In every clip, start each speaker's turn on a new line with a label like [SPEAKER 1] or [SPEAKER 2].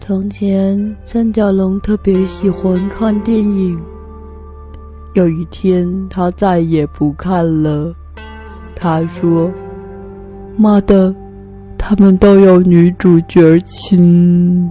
[SPEAKER 1] 从前，三角龙特别喜欢看电影。有一天，他再也不看了。他说：“妈的，他们都有女主角亲。”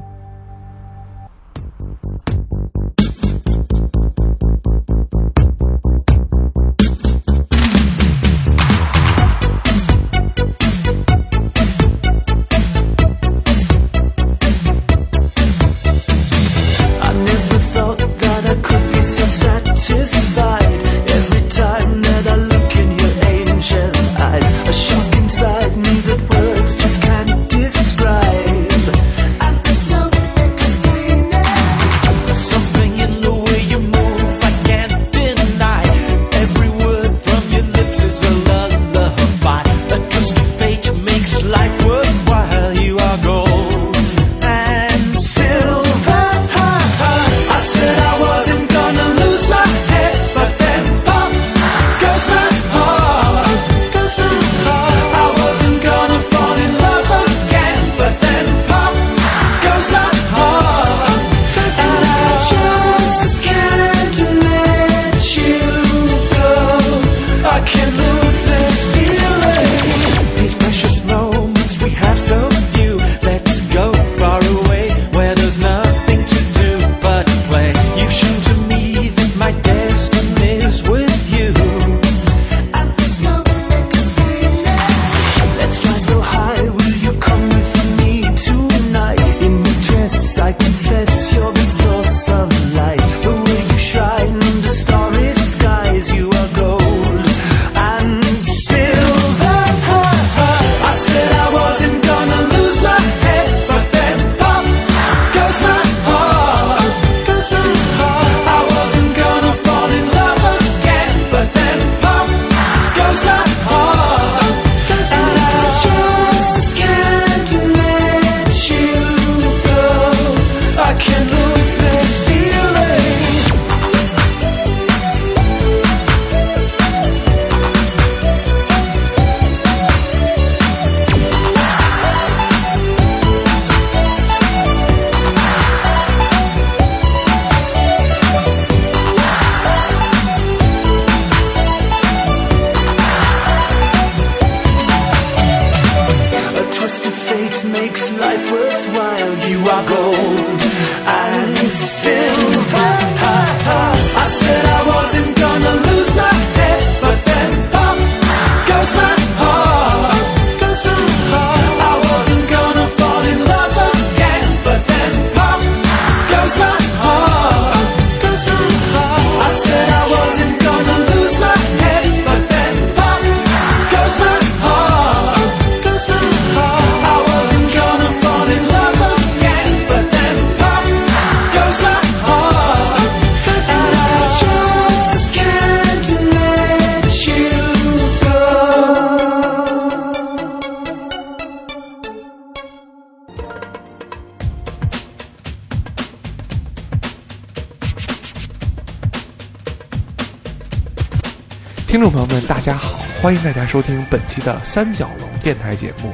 [SPEAKER 2] 听众朋友们，大家好，欢迎大家收听本期的三角龙电台节目，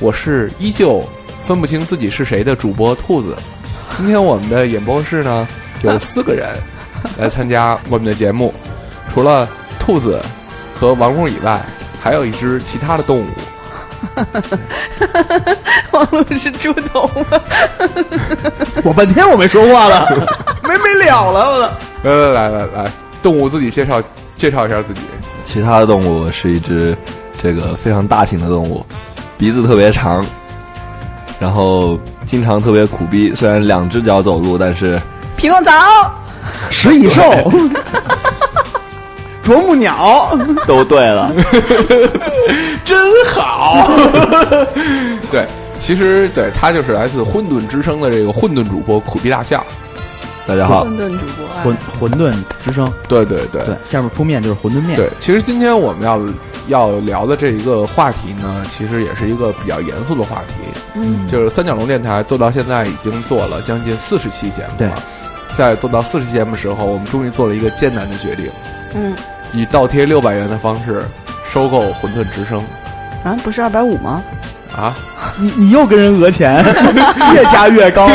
[SPEAKER 2] 我是依旧分不清自己是谁的主播兔子。今天我们的演播室呢有四个人来参加我们的节目，除了兔子和王工以外，还有一只其他的动物。
[SPEAKER 3] 王工是猪头吗？
[SPEAKER 4] 我半天我没说话了，没没了了，
[SPEAKER 2] 我的。来来来来，动物自己介绍。介绍一下自己。
[SPEAKER 4] 其他的动物是一只这个非常大型的动物，鼻子特别长，然后经常特别苦逼。虽然两只脚走路，但是
[SPEAKER 3] 匹诺曹、
[SPEAKER 4] 食蚁兽、 啄木鸟都对了，
[SPEAKER 2] 真好。对，其实对他就是来自混沌之声的这个混沌主播苦逼大象。
[SPEAKER 4] 大家好，
[SPEAKER 3] 混沌主播，
[SPEAKER 1] 嗯
[SPEAKER 5] 混混沌之声，
[SPEAKER 2] 对对对
[SPEAKER 5] 对，下面铺面就是馄饨面。
[SPEAKER 2] 对，其实今天我们要要聊的这一个话题呢，其实也是一个比较严肃的话题。嗯，就是三角龙电台做到现在已经做了将近四十期节目了，在做到四十期节目时候，我们终于做了一个艰难的决定，
[SPEAKER 3] 嗯，
[SPEAKER 2] 以倒贴六百元的方式收购馄饨之声。
[SPEAKER 3] 啊，不是二百五吗？
[SPEAKER 2] 啊，
[SPEAKER 6] 你你又跟人讹钱，越加越高。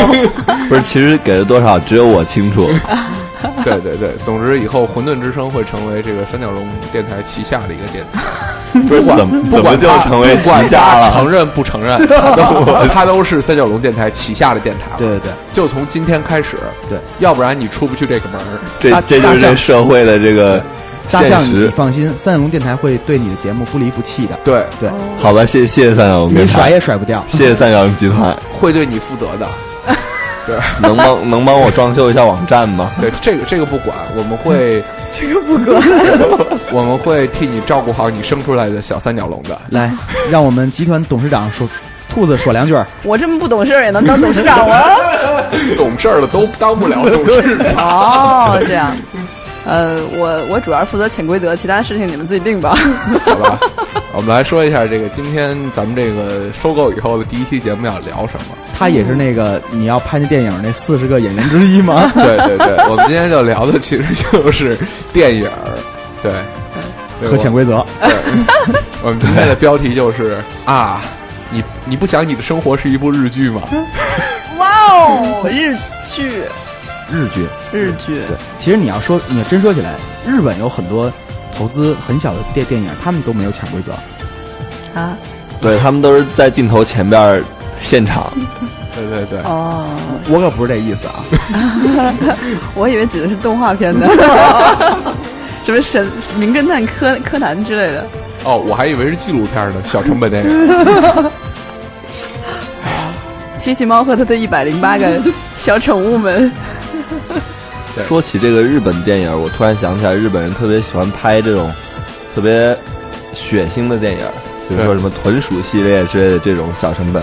[SPEAKER 4] 不是，其实给了多少，只有我清楚。
[SPEAKER 5] 对对对，总之以后混沌之声会成为这个三角龙电台旗下的一个电台，
[SPEAKER 4] 不是
[SPEAKER 5] 管
[SPEAKER 4] 怎么
[SPEAKER 5] 不
[SPEAKER 4] 怎
[SPEAKER 5] 管
[SPEAKER 4] 么就成为旗
[SPEAKER 5] 不管
[SPEAKER 4] 下
[SPEAKER 5] 他
[SPEAKER 4] 了？
[SPEAKER 5] 承认不承认，它都它都是三角龙电台旗下的电台了。
[SPEAKER 6] 对对对，
[SPEAKER 5] 就从今天开始，
[SPEAKER 6] 对，
[SPEAKER 5] 要不然你出不去这个门儿。
[SPEAKER 4] 这
[SPEAKER 6] 大
[SPEAKER 4] 这就是这社会的这个
[SPEAKER 6] 大
[SPEAKER 4] 现
[SPEAKER 6] 象，你
[SPEAKER 4] 实。
[SPEAKER 6] 放心，三角龙电台会对你的节目不离不弃的，
[SPEAKER 5] 对，
[SPEAKER 6] 对
[SPEAKER 4] 好吧，谢谢谢三角龙
[SPEAKER 6] 你
[SPEAKER 4] 哦电
[SPEAKER 6] 甩
[SPEAKER 4] 台，
[SPEAKER 6] 也甩不掉。
[SPEAKER 4] 谢谢三角龙集团，
[SPEAKER 5] 会对你负责的。
[SPEAKER 4] 能帮 能帮我装修一下网站吗？
[SPEAKER 5] 对，这个这个不管，我们会
[SPEAKER 1] 这个不管。
[SPEAKER 5] 我们会替你照顾好你生出来的小三角龙的。
[SPEAKER 6] 来，让我们集团董事长说，兔子说两句儿。
[SPEAKER 1] 我这么不懂事儿也能当董事长了？
[SPEAKER 5] 懂事儿了都当不了董事 长。
[SPEAKER 1] 哦，这样。呃，我我主要是负责潜规则，其他事情你们自己定吧。
[SPEAKER 5] 好吧，我们来说一下这个今天咱们这个收购以后的第一期节目要聊什么。
[SPEAKER 6] 他也是那个你要拍那电影那四十个演员之一吗？
[SPEAKER 5] 对对对，我们今天就聊的其实就是电影儿，对，对
[SPEAKER 6] 和潜。规则。
[SPEAKER 5] 我对我们今天的标题就是啊，你你不想你的生活是一部日剧吗？
[SPEAKER 1] 哇哦，日剧，
[SPEAKER 6] 日剧，
[SPEAKER 1] 日剧，
[SPEAKER 6] 对，其实你要说，你要真说起来，日本有很多投资很小的电电影，他们都没有潜规则。
[SPEAKER 1] 啊，
[SPEAKER 4] 对他们都是在镜头前边儿现场，
[SPEAKER 5] 对对对，
[SPEAKER 1] 哦，
[SPEAKER 6] 我可不是这意思啊，
[SPEAKER 1] 我以为指的是动画 片呢，什么神名侦探柯柯南之类的。
[SPEAKER 5] 哦，我还以为是纪录片呢，小成本 电影。
[SPEAKER 1] 机器猫和它的一百零八个 小宠物们，
[SPEAKER 5] 对
[SPEAKER 4] 说起这个日本电影，我突然想起来，日本人特别喜欢拍这种特别血腥的电影，比如说
[SPEAKER 5] 对
[SPEAKER 4] 什么豚鼠系列之类的这种小成本。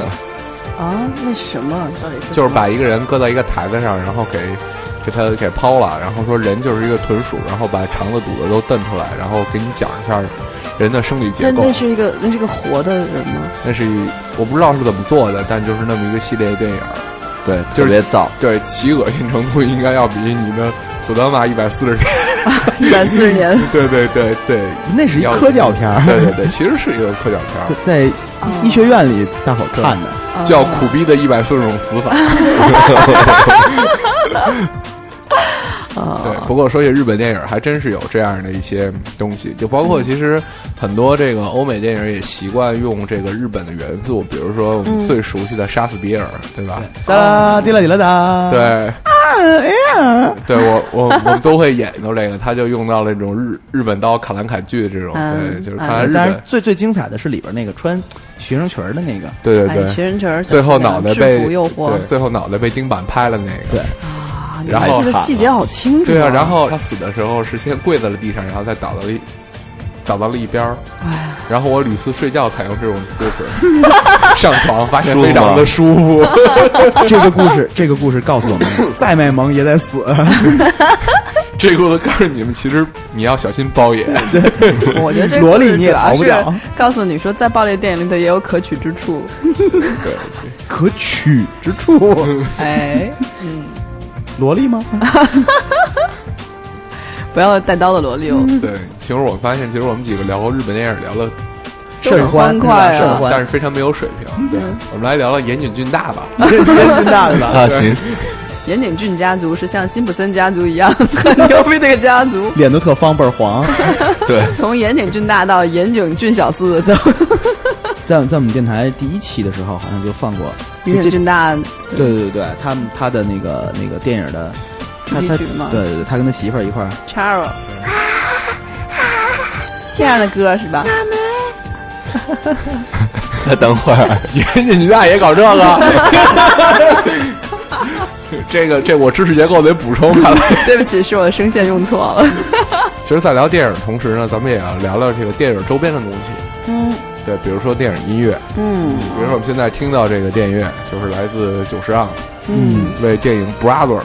[SPEAKER 1] 啊，那什么到底是
[SPEAKER 5] 就是把一个人搁在一个台子上，然后给给他给抛了，然后说人就是一个豚鼠，然后把肠子、肚子都瞪出来，然后给你讲一下人的生理结
[SPEAKER 1] 那
[SPEAKER 5] 构。
[SPEAKER 1] 那是一个那是个活的人吗？
[SPEAKER 5] 那是一我不知道是怎么做的，但就是那么一个系列电影儿，
[SPEAKER 4] 对，
[SPEAKER 5] 就
[SPEAKER 4] 特
[SPEAKER 5] 是
[SPEAKER 4] 别 燥。
[SPEAKER 5] 对其恶心程度应该要比你的《索德玛一百四十天》
[SPEAKER 1] 一百四十年，
[SPEAKER 5] 对对对对
[SPEAKER 6] 那是一科教片儿，
[SPEAKER 5] 对对对，其实是一个科教片儿
[SPEAKER 6] 在，在医医学院里大伙儿看的。
[SPEAKER 5] 叫《苦逼的一百四十种死法》。对，不过说起日本电影，还真是有这样的一些东西，就包括其实很多这个欧美电影也习惯用这个日本的元素，比如说我们最熟悉的《杀死比尔》，对吧？
[SPEAKER 6] 哒啦滴啦滴啦哒。，
[SPEAKER 5] 对，对我我我们都会演到这个，他就用到了那种日日本刀砍来砍去的这种，
[SPEAKER 1] 嗯
[SPEAKER 5] 对，就是
[SPEAKER 1] 嗯
[SPEAKER 5] 看来日
[SPEAKER 6] 当然
[SPEAKER 5] 本，
[SPEAKER 6] 最最精彩的是里边那个穿学生裙儿的那个，
[SPEAKER 5] 对对
[SPEAKER 1] 哎
[SPEAKER 5] 对，
[SPEAKER 1] 学生群 儿
[SPEAKER 5] 最后脑袋被
[SPEAKER 1] 制服诱惑
[SPEAKER 5] 对，最后脑袋被钉板拍了那个，
[SPEAKER 6] 对
[SPEAKER 1] 啊
[SPEAKER 5] 然后
[SPEAKER 1] 你记得细节好清楚。
[SPEAKER 5] 对啊，然后他死的时候是先跪在了地上，然后再倒到了一倒到了一边儿，
[SPEAKER 1] 哎
[SPEAKER 5] 然后我屡次睡觉采用这种姿势 上床，发现非常的舒服。
[SPEAKER 6] 这个故 事，这个故事告诉我们，再卖萌也得死。
[SPEAKER 5] 这个我告诉你们，其实你要小心包掩。
[SPEAKER 1] 我觉得这
[SPEAKER 6] 萝莉
[SPEAKER 1] 故事
[SPEAKER 6] 你也
[SPEAKER 1] 主要
[SPEAKER 6] 逃不
[SPEAKER 1] 是
[SPEAKER 6] 了
[SPEAKER 1] 告诉你说，在暴力电影里头也有可取之处。
[SPEAKER 5] 对，
[SPEAKER 6] 可取之处，
[SPEAKER 1] 哎，嗯，
[SPEAKER 6] 萝莉 吗？
[SPEAKER 1] 不要带刀的萝莉哦。
[SPEAKER 5] 对，其实我发现，其实我们几个聊过日本电影，聊了
[SPEAKER 1] 都很
[SPEAKER 6] 甚欢
[SPEAKER 1] 欢快啊
[SPEAKER 6] 甚欢，
[SPEAKER 5] 但是非常没有水平。对，
[SPEAKER 1] 嗯
[SPEAKER 5] 我们来聊聊岩井俊大吧。
[SPEAKER 6] 真真大的吧，
[SPEAKER 4] 啊，行，
[SPEAKER 1] 岩井俊家族是像辛普森家族一样很牛逼的一个家 族，
[SPEAKER 6] 脸都特方倍儿黄。
[SPEAKER 4] 对，
[SPEAKER 1] 从岩井俊大到岩井俊小四 都
[SPEAKER 6] 在在我们电台第一期的时候，好像就放过。
[SPEAKER 1] 岩井
[SPEAKER 6] 这
[SPEAKER 1] 俊大
[SPEAKER 6] 对对对对，他们他的那个那个电影的，他
[SPEAKER 1] 主题
[SPEAKER 6] 他对
[SPEAKER 1] 曲吗
[SPEAKER 6] 对对，他跟他媳妇儿一块儿，
[SPEAKER 1] Charo，这样的歌是 吧？
[SPEAKER 4] 等会儿
[SPEAKER 5] 岩井俊大也搞这个。这个这我知识结构得补充看来。
[SPEAKER 1] 对不起，是我的声线用错了。
[SPEAKER 5] 其实，在聊电影的同时呢，咱们也要聊聊这个电影周边的东西。
[SPEAKER 1] 嗯
[SPEAKER 5] 对，比如说电影音乐，
[SPEAKER 1] 嗯
[SPEAKER 5] 比如说我们现在听到这个电乐，就是来自久石让
[SPEAKER 1] 嗯，
[SPEAKER 5] 为电影《Brother》，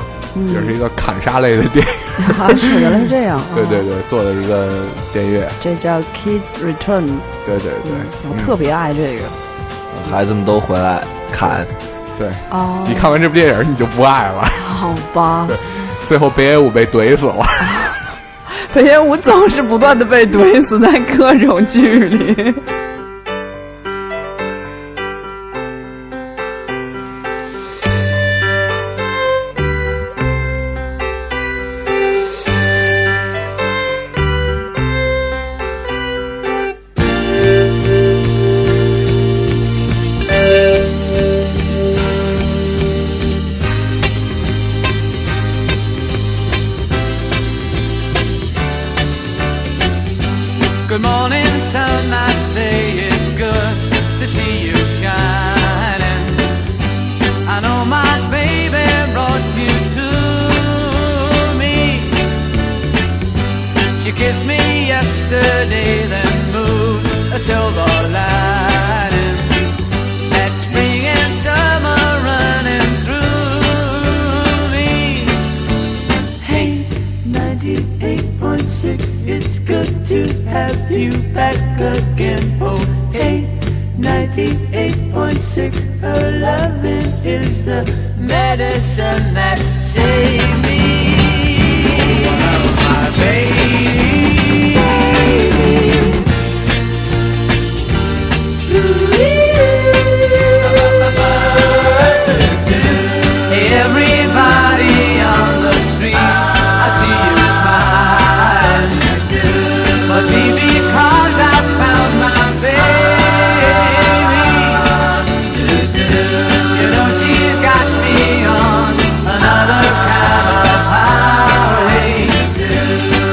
[SPEAKER 5] 也是一个砍杀类的电影，
[SPEAKER 1] 啊，是原来是这样。
[SPEAKER 5] 对对对，做的一个电乐，
[SPEAKER 1] 这叫 Kids Return，
[SPEAKER 5] 对对对，
[SPEAKER 1] 我嗯特别爱这个。
[SPEAKER 4] 孩子们都回来砍，
[SPEAKER 5] 嗯对。
[SPEAKER 1] 哦
[SPEAKER 5] 你看完这部电影，你就不爱了。
[SPEAKER 1] 好吧，
[SPEAKER 5] 最后北野武被怼死了，
[SPEAKER 1] 裴元武总是不断的被怼死在各种剧里。
[SPEAKER 2] kissed me yesterday, then moved a silver lining. Had spring and summer running through me. Hey, 98.6, it's good to have you back again. Oh, hey, 98.6, her loving is the medicine that saved me. Oh, my baby. Everybody on the street, I see you smile. Must be because I found my baby. You know she's got me on another kind of highway.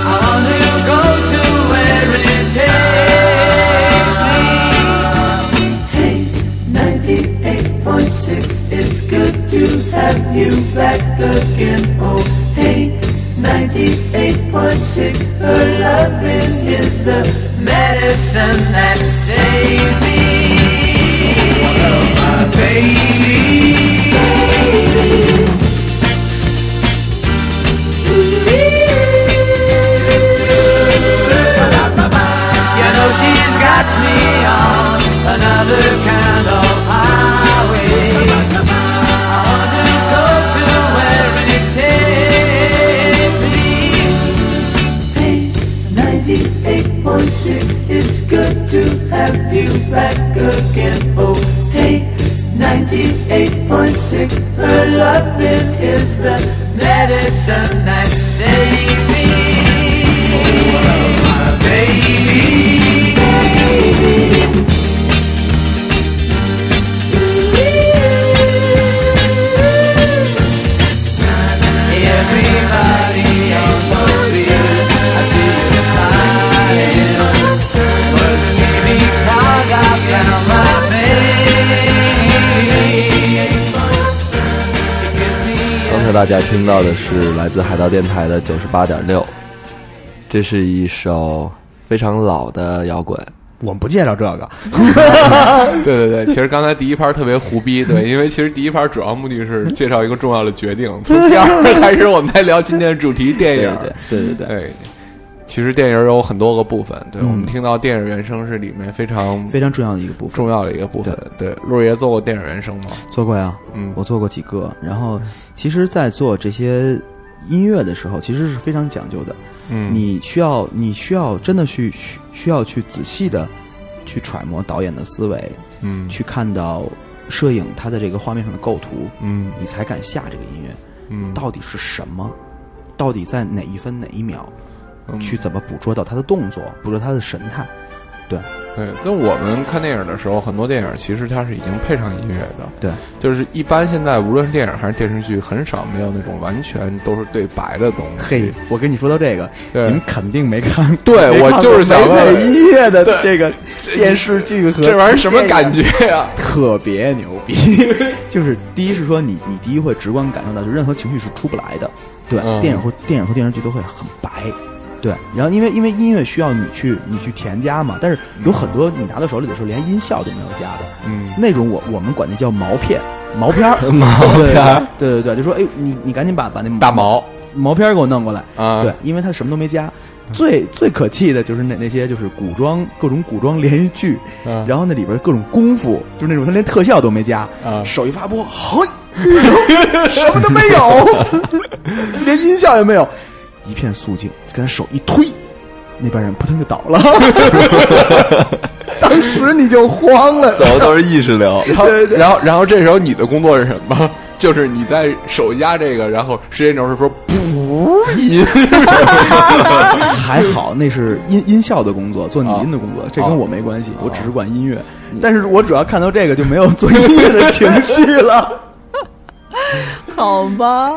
[SPEAKER 2] I want to go to where it takes me. Hey, 98.6, it's good to have you back again. Oh, hey, 98.6, her loving is the medicine that saved me. Oh, my baby. You know she's got me on another kind of highway. I want to go to where it takes me. Hey, 98.6, it's good to have you back again. Oh, hey, 98.6, her loving is the medicine that saves me. Oh, my baby. Everybody on the street, I see you smiling. But maybe cog up down my baby. She gives me
[SPEAKER 4] 刚才大家听到的是来自海盗电台的九十八点六，这是一首非常老的摇滚。
[SPEAKER 6] 我们不介绍这个，
[SPEAKER 5] 对对对，其实刚才第一盘特别胡逼，对，因为其实第一盘主要目的是介绍一个重要的决定，从第二 盘开始我们来聊今天的主题电
[SPEAKER 4] 对
[SPEAKER 5] 影。
[SPEAKER 4] 对对对对
[SPEAKER 6] 呃
[SPEAKER 4] 对，
[SPEAKER 5] 对其实电影有很多个部分，对、
[SPEAKER 6] 嗯
[SPEAKER 5] 我们听到电影原声是里面非常
[SPEAKER 6] 非常重要的一个部分。
[SPEAKER 5] 重要的一个部分。对，陆爷做过电影原声吗？
[SPEAKER 6] 做过呀，
[SPEAKER 5] 嗯，
[SPEAKER 6] 我做过几个。然后，其实，在做这些音乐的时候，其实是非常讲究的。
[SPEAKER 5] 嗯
[SPEAKER 6] 你需要，你需要真的去需需要去仔细的去揣摩导演的思维，
[SPEAKER 5] 嗯
[SPEAKER 6] 去看到摄影它的这个画面上的构图，
[SPEAKER 5] 嗯
[SPEAKER 6] 你才敢下这个音乐
[SPEAKER 5] 嗯，
[SPEAKER 6] 到底是什么，到底在哪一分哪一秒
[SPEAKER 5] 嗯
[SPEAKER 6] 去怎么捕捉到他的动作，捕捉他的神态。
[SPEAKER 5] 对，但我们看电影的时候，很多电影其实它是已经配上音乐的。
[SPEAKER 6] 对，
[SPEAKER 5] 就是一般现在无论是电影还是电视剧，很少没有那种完全都是对白的东西。
[SPEAKER 6] 嘿，我跟你说到这个，
[SPEAKER 5] 对
[SPEAKER 6] 你们肯定没看。
[SPEAKER 5] 对
[SPEAKER 6] 没
[SPEAKER 5] 我
[SPEAKER 6] 看过
[SPEAKER 5] 就是想
[SPEAKER 6] 没配
[SPEAKER 5] 问
[SPEAKER 6] 音乐的
[SPEAKER 5] 对
[SPEAKER 6] 这个电视剧和
[SPEAKER 5] 这玩意儿什么感
[SPEAKER 6] 觉？
[SPEAKER 5] 觉呀、
[SPEAKER 6] 特别牛逼。就是第一是说你你第一会直观感受到，就任何情绪是出不来的，对吧？
[SPEAKER 5] 嗯
[SPEAKER 6] 电影或电影或电视剧都会很白。对，然后因为因为音乐需要你去你去添加嘛，但是有很多你拿到手里的时候连音效都没有加的，
[SPEAKER 5] 嗯
[SPEAKER 6] 那种我我们管那叫毛片、毛片儿、毛
[SPEAKER 4] 片儿
[SPEAKER 6] 对对对，就说哎，你你赶紧把把那
[SPEAKER 5] 大毛
[SPEAKER 6] 毛片儿给我弄过来，
[SPEAKER 5] 啊，
[SPEAKER 6] 对，，因为他什么都没加。最最可气的就是那那些就是古装各种古装连续剧，
[SPEAKER 5] 嗯、
[SPEAKER 6] 然后那里边各种功夫，就是那种他连特效都没加，
[SPEAKER 5] 啊
[SPEAKER 6] 手一发波，好， 什么都没有， 连音效也没有，一片肃静，跟他手一推，那边人扑腾就倒 了，当时你就慌了，
[SPEAKER 4] 怎么都是意识 流？
[SPEAKER 5] 然后然后然后这时候你的工作是什么？ 就是你在手压这个，然后时间轴是说噗音，
[SPEAKER 6] 还好那是音音效的工作，做拟音的工作，这
[SPEAKER 5] 啊
[SPEAKER 6] 跟我没关系，我只是管音乐，但是我主要看到这个就没有做音乐的情绪了。
[SPEAKER 1] 好吧，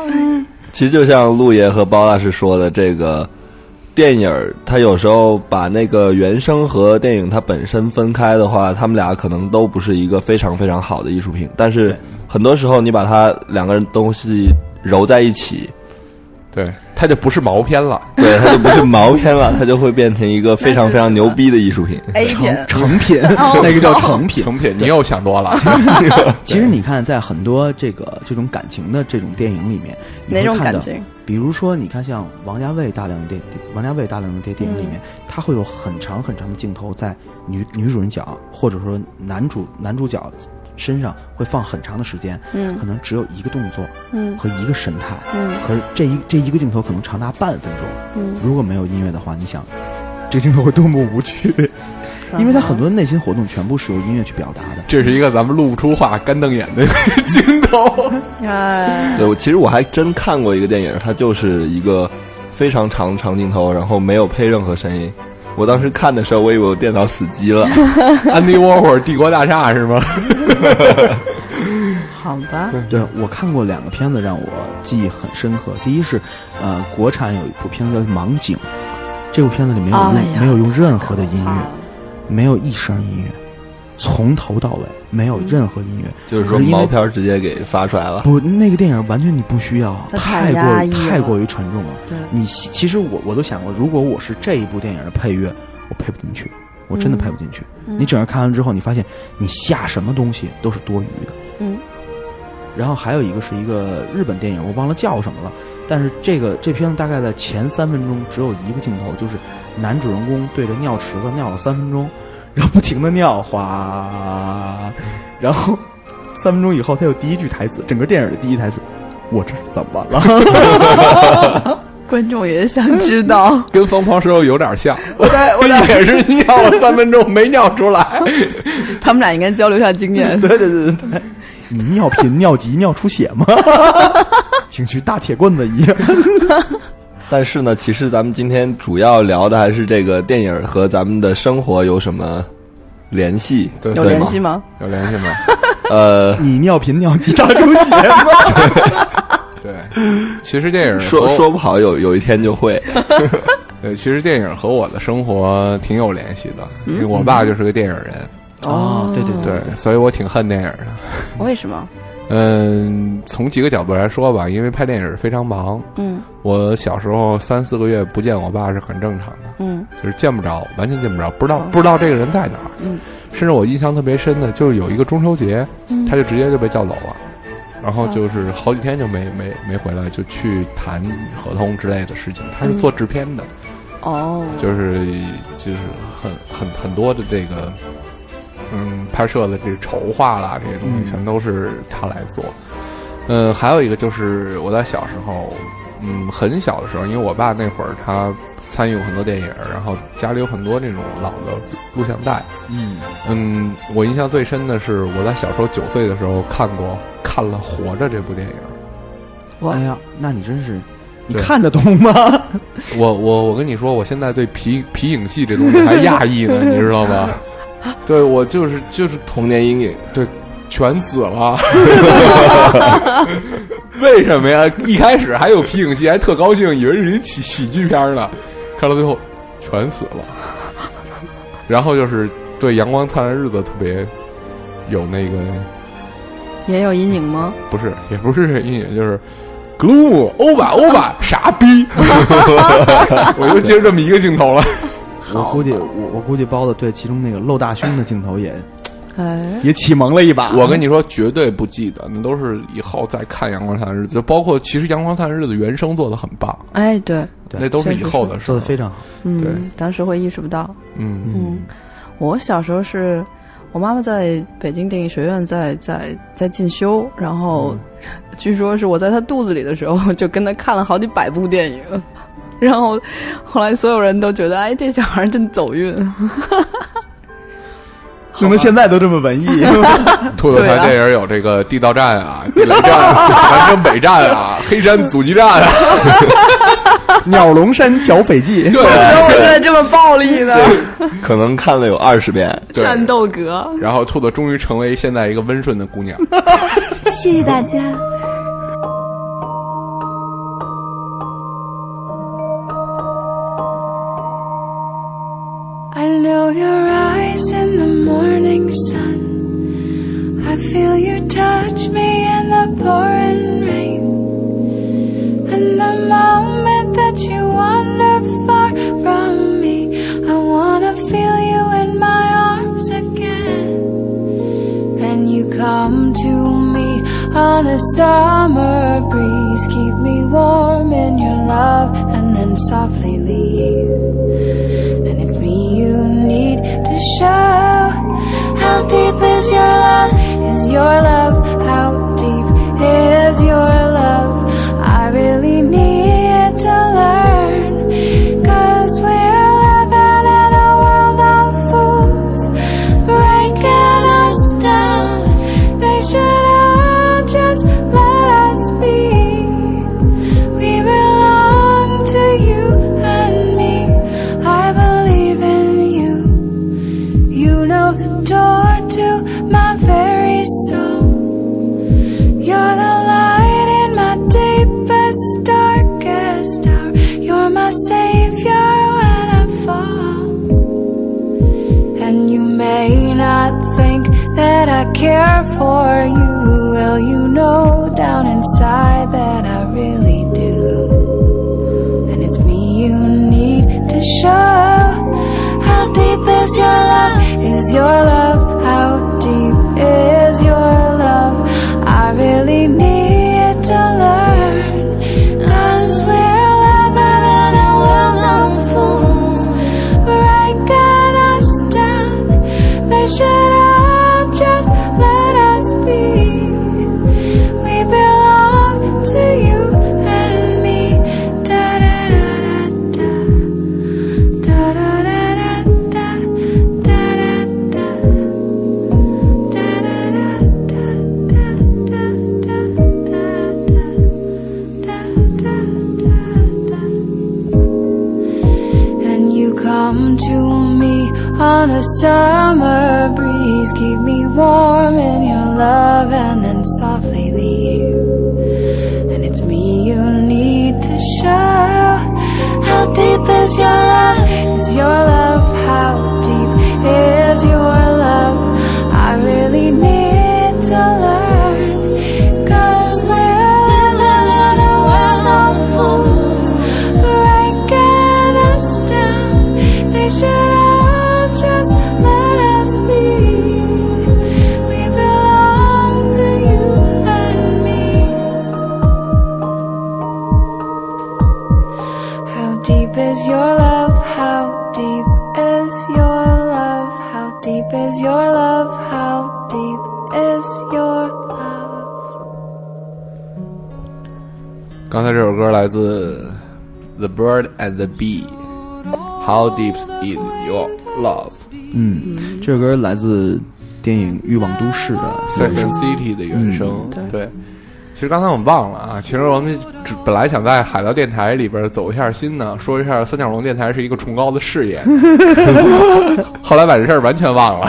[SPEAKER 4] 其实就像陆爷和包大师说的，这个电影儿它有时候把那个原声和电影它本身分开的话，他们俩可能都不是一个非常非常好的艺术品。但是
[SPEAKER 6] 对
[SPEAKER 4] 很多时候你把它两个人东西揉在一起，
[SPEAKER 5] 对，它就不是毛片了。
[SPEAKER 4] 对，它就不是毛片了，它就会变成一个非常非常牛逼的艺术品。
[SPEAKER 1] A
[SPEAKER 6] 成
[SPEAKER 1] 片，
[SPEAKER 6] 成品，哦那个叫成品。
[SPEAKER 5] 哦 成品，你又想多了。
[SPEAKER 6] 其实你看，在很多这个这种感情的这种电影里面，你会
[SPEAKER 1] 哪种
[SPEAKER 6] 看
[SPEAKER 1] 感
[SPEAKER 6] 到
[SPEAKER 1] 情？
[SPEAKER 6] 比如说，你看像王家卫大量的电，王家卫大量的电电影里面，
[SPEAKER 1] 嗯
[SPEAKER 6] 他会有很长很长的镜头在女女主人角或者说男主男主角身上会放很长的时间，
[SPEAKER 1] 嗯
[SPEAKER 6] 可能只有一个动作
[SPEAKER 1] 嗯
[SPEAKER 6] 和一个神态，
[SPEAKER 1] 嗯
[SPEAKER 6] 可是这一这一个镜头可能长达半分钟，
[SPEAKER 1] 嗯，
[SPEAKER 6] 如果没有音乐的话，你想这个镜头会多么无 趣？
[SPEAKER 1] 啊
[SPEAKER 6] 因为他很多内心活动全部是由音乐去表达的。
[SPEAKER 5] 这是一个咱们录不出话、干瞪眼的 镜头。
[SPEAKER 1] 哎，
[SPEAKER 4] 对，我其实我还真看过一个电影，它就是一个非常长长镜头，然后没有配任何声音。我当时看的时候，我以为我电脑死机 了。
[SPEAKER 5] Andy Warhol 帝国大厦是吗？，
[SPEAKER 1] 好吧，
[SPEAKER 6] 对我看过两个片子让我记忆很深刻，第一是，呃，国产有一部片子叫《盲井》，这部片子里没有用、
[SPEAKER 1] 哎呀
[SPEAKER 6] 没有用任何的音乐，没有一声音乐，从头到尾没有任何音乐，
[SPEAKER 4] 就是说
[SPEAKER 6] 可是因为
[SPEAKER 4] 毛片儿直接给发出来了。
[SPEAKER 6] 不，那个电影完全你不需要，
[SPEAKER 1] 它
[SPEAKER 6] 太
[SPEAKER 1] 嗯太压抑
[SPEAKER 6] 过
[SPEAKER 1] 了
[SPEAKER 6] 太过于沉重了。
[SPEAKER 1] 对，
[SPEAKER 6] 你其其实我我都想过，如果我是这一部电影的配乐，我配不进去，我真的
[SPEAKER 1] 嗯
[SPEAKER 6] 配不进去。
[SPEAKER 1] 嗯
[SPEAKER 6] 你整个看完之后，你发现你下什么东西都是多余的。
[SPEAKER 1] 嗯。
[SPEAKER 6] 然后还有一个是一个日本电影，我忘了叫什么了，但是这个这片子大概在前三分钟只有一个镜头，就是男主人公对着尿池子尿了三分钟，然后不停的尿，哗，然后三分钟以后，他有第一句台词，整个电影的第一台词，我这是怎么 了？
[SPEAKER 1] 观众也想知道
[SPEAKER 5] 跟疯狂石头有点像，
[SPEAKER 6] 我在我在
[SPEAKER 5] 也是尿了三分钟没尿 出来。
[SPEAKER 1] 他们俩应该交流一下经验。
[SPEAKER 6] 对对对对对，你尿频、尿急、尿出血吗？请去大铁棍子一样。
[SPEAKER 4] 但是呢，其实咱们今天主要聊的还是这个电影和咱们的生活有什么联系，
[SPEAKER 5] 对
[SPEAKER 1] 有
[SPEAKER 4] 对
[SPEAKER 1] 联
[SPEAKER 4] 吗
[SPEAKER 1] 系吗？
[SPEAKER 5] 有联系吗？
[SPEAKER 4] 呃，
[SPEAKER 6] 你尿频、尿急、大出血吗？
[SPEAKER 5] 对，其实电影和
[SPEAKER 4] 说说不好有有一天就会。
[SPEAKER 5] 对，其实电影和我的生活挺有联系的，
[SPEAKER 6] 嗯
[SPEAKER 5] 因为我爸就是个电影人，
[SPEAKER 1] 嗯
[SPEAKER 6] 哦对对对
[SPEAKER 5] 对，所以我挺恨电影的。
[SPEAKER 1] 为什么？
[SPEAKER 5] 嗯，从几个角度来说吧，因为拍电影非常忙，
[SPEAKER 1] 嗯
[SPEAKER 5] 我小时候三四个月不见我爸是很正常的，
[SPEAKER 1] 嗯
[SPEAKER 5] 就是见不着，完全见不着，不知道不知道这个人在哪儿。
[SPEAKER 1] 嗯，
[SPEAKER 5] 甚至我印象特别深的，就是有一个中秋节，
[SPEAKER 1] 嗯
[SPEAKER 5] 他就直接就被叫走了，然后就是好几天就没没没回来，就去谈合同之类的事情。他是做制片的，
[SPEAKER 1] 哦，
[SPEAKER 5] 就是就是很很很多的这个，嗯，拍摄的这个筹划啦，这些东西
[SPEAKER 6] 嗯
[SPEAKER 5] 全都是他来做。嗯，还有一个就是我在小时候，嗯，很小的时候，因为我爸那会儿他参与过很多电影，然后家里有很多那种老的录像带。
[SPEAKER 6] 嗯，
[SPEAKER 5] 嗯，我印象最深的是我在小时候九岁的时候看过看了《活着》这部电影。
[SPEAKER 6] 哎呀，那你真是，你
[SPEAKER 5] 对
[SPEAKER 6] 看得懂吗？
[SPEAKER 5] 我我我跟你说，我现在对皮皮影戏这东西还讶异呢，你知道吗？ 对我就是就是
[SPEAKER 4] 童年阴影，
[SPEAKER 5] 全死了， 为什么呀？一开始还有皮影戏，还特高兴，以为是一喜喜剧片呢，看到最后全死了。然后就是对《阳光灿烂日子》特别有那个，
[SPEAKER 1] 也有阴影吗？
[SPEAKER 5] 不是也不是阴影，就是 gloom 欧巴欧巴傻 逼，我就接这么一个镜头了。
[SPEAKER 6] 我估计，我我估计包子对其中那个露大胸的镜头也
[SPEAKER 1] 哎，
[SPEAKER 6] 也启蒙了一把。
[SPEAKER 5] 我跟你说，绝对不记得，那都是以后再看《阳光灿烂日子》，就包括其实《阳光灿烂日子》原声做的很棒，
[SPEAKER 1] 哎，对，
[SPEAKER 6] 对
[SPEAKER 5] 那都是以后的事
[SPEAKER 6] 说
[SPEAKER 5] 儿
[SPEAKER 6] 的。非常好。
[SPEAKER 5] 对
[SPEAKER 1] 嗯，当时会意识不到。
[SPEAKER 5] 嗯，
[SPEAKER 1] 嗯，我小时候是我妈妈在北京电影学院在在在进修，然后、
[SPEAKER 5] 嗯
[SPEAKER 1] 据说是我在她肚子里的时候就跟她看了好几百部电影， 然后后来所有人都觉得哎这小孩儿真走运，
[SPEAKER 6] 弄嗯得现在都这么文艺，
[SPEAKER 1] 嗯
[SPEAKER 5] 兔子
[SPEAKER 1] 啊
[SPEAKER 5] 台电影有这个地道战啊、地雷战、啊、 南征北战啊、黑山阻击战啊，
[SPEAKER 6] 鸟笼山剿匪 记。
[SPEAKER 5] 对
[SPEAKER 1] 觉得我现在这么暴力呢，
[SPEAKER 4] 可能看了有二十遍。
[SPEAKER 5] 对
[SPEAKER 1] 战。斗格。
[SPEAKER 5] 然后兔子终于成为现在一个温顺的姑娘。
[SPEAKER 7] 谢谢大家。I know your eyes in the morning sun. I feel you touch me in the pouring rain. And the moment on a summer breeze. Keep me warm in your love and then softly leave. And it's me you need to show. How deep is your love? Is your love? How deep is your love? I really need to learn. Cause we're living in a world of fools, breaking us down. They should all just let us be. We belong to you and me. I believe in you. You know the door to my very soul. You're the light in my deepest, darkest hour. You're my savior when I fall. And you may not think that I care for you. Well, you know down inside that I really do and it's me you need to show. How deep is your love? Is your love? How deep is your love? I really need to learn. Cause we're living in a world of fools, breaking us down. They should all just let us be. We belong to you and me. Da da da da da da da da da da da da da and you come to me on a summer breeze. Keep me warm in your love and then softly leave. And it's me you need to show. How deep is your love? Is your love? How deep is your love? I really need to learn. Cause we're living in a world of fools. Breaking us down. They should all just let us be. We belong to you and me. How deep is your love? How deep is your love? How deep is your love? How deep is your love?
[SPEAKER 5] 刚才这首歌来自 The Bird and the Bee，《How Deep Is Your Love》
[SPEAKER 6] 嗯，这首歌来自电影《欲望都市》的
[SPEAKER 5] ，Sex and City 的原声。
[SPEAKER 1] 嗯
[SPEAKER 5] 对，其实刚才我们忘了啊，其实我们只本来想在海盗电台里边走一下心呢，说一下三角龙电台是一个崇高的事业，后来把这事儿完全忘了。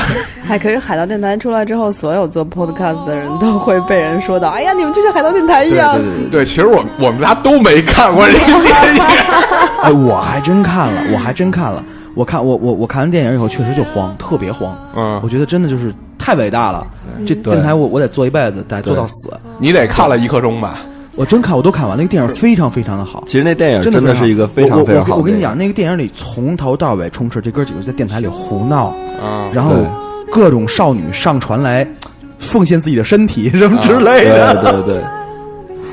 [SPEAKER 1] 哎，可是海盗电台出来之后，所有做 podcast 的人都会被人说到，哎呀，你们就像海盗电台一样。
[SPEAKER 5] 对，其实我我们仨都没看过这个电影。
[SPEAKER 6] 哎，我还真看了，我还真看了。我看我我我看完电影以后，确实就慌，特别慌。我
[SPEAKER 5] 嗯，
[SPEAKER 6] 觉得真的就是太伟大了，这电台我我得做一辈子，得做到死。
[SPEAKER 5] 你得看了一刻钟吧？
[SPEAKER 6] 我真看，我都看完了。那个电影非常非常的好，
[SPEAKER 4] 其实那电影
[SPEAKER 6] 真的
[SPEAKER 4] 的
[SPEAKER 6] 非常
[SPEAKER 4] 是一个非
[SPEAKER 6] 我
[SPEAKER 4] 常
[SPEAKER 6] 我
[SPEAKER 4] 非常好的
[SPEAKER 6] 我跟你
[SPEAKER 4] 电影
[SPEAKER 6] 讲，那个电影里从头到尾充斥这哥几个在电台里胡闹，
[SPEAKER 5] 嗯，
[SPEAKER 6] 然后各种少女上传来奉献自己的身体什么之类的。
[SPEAKER 4] 对对对，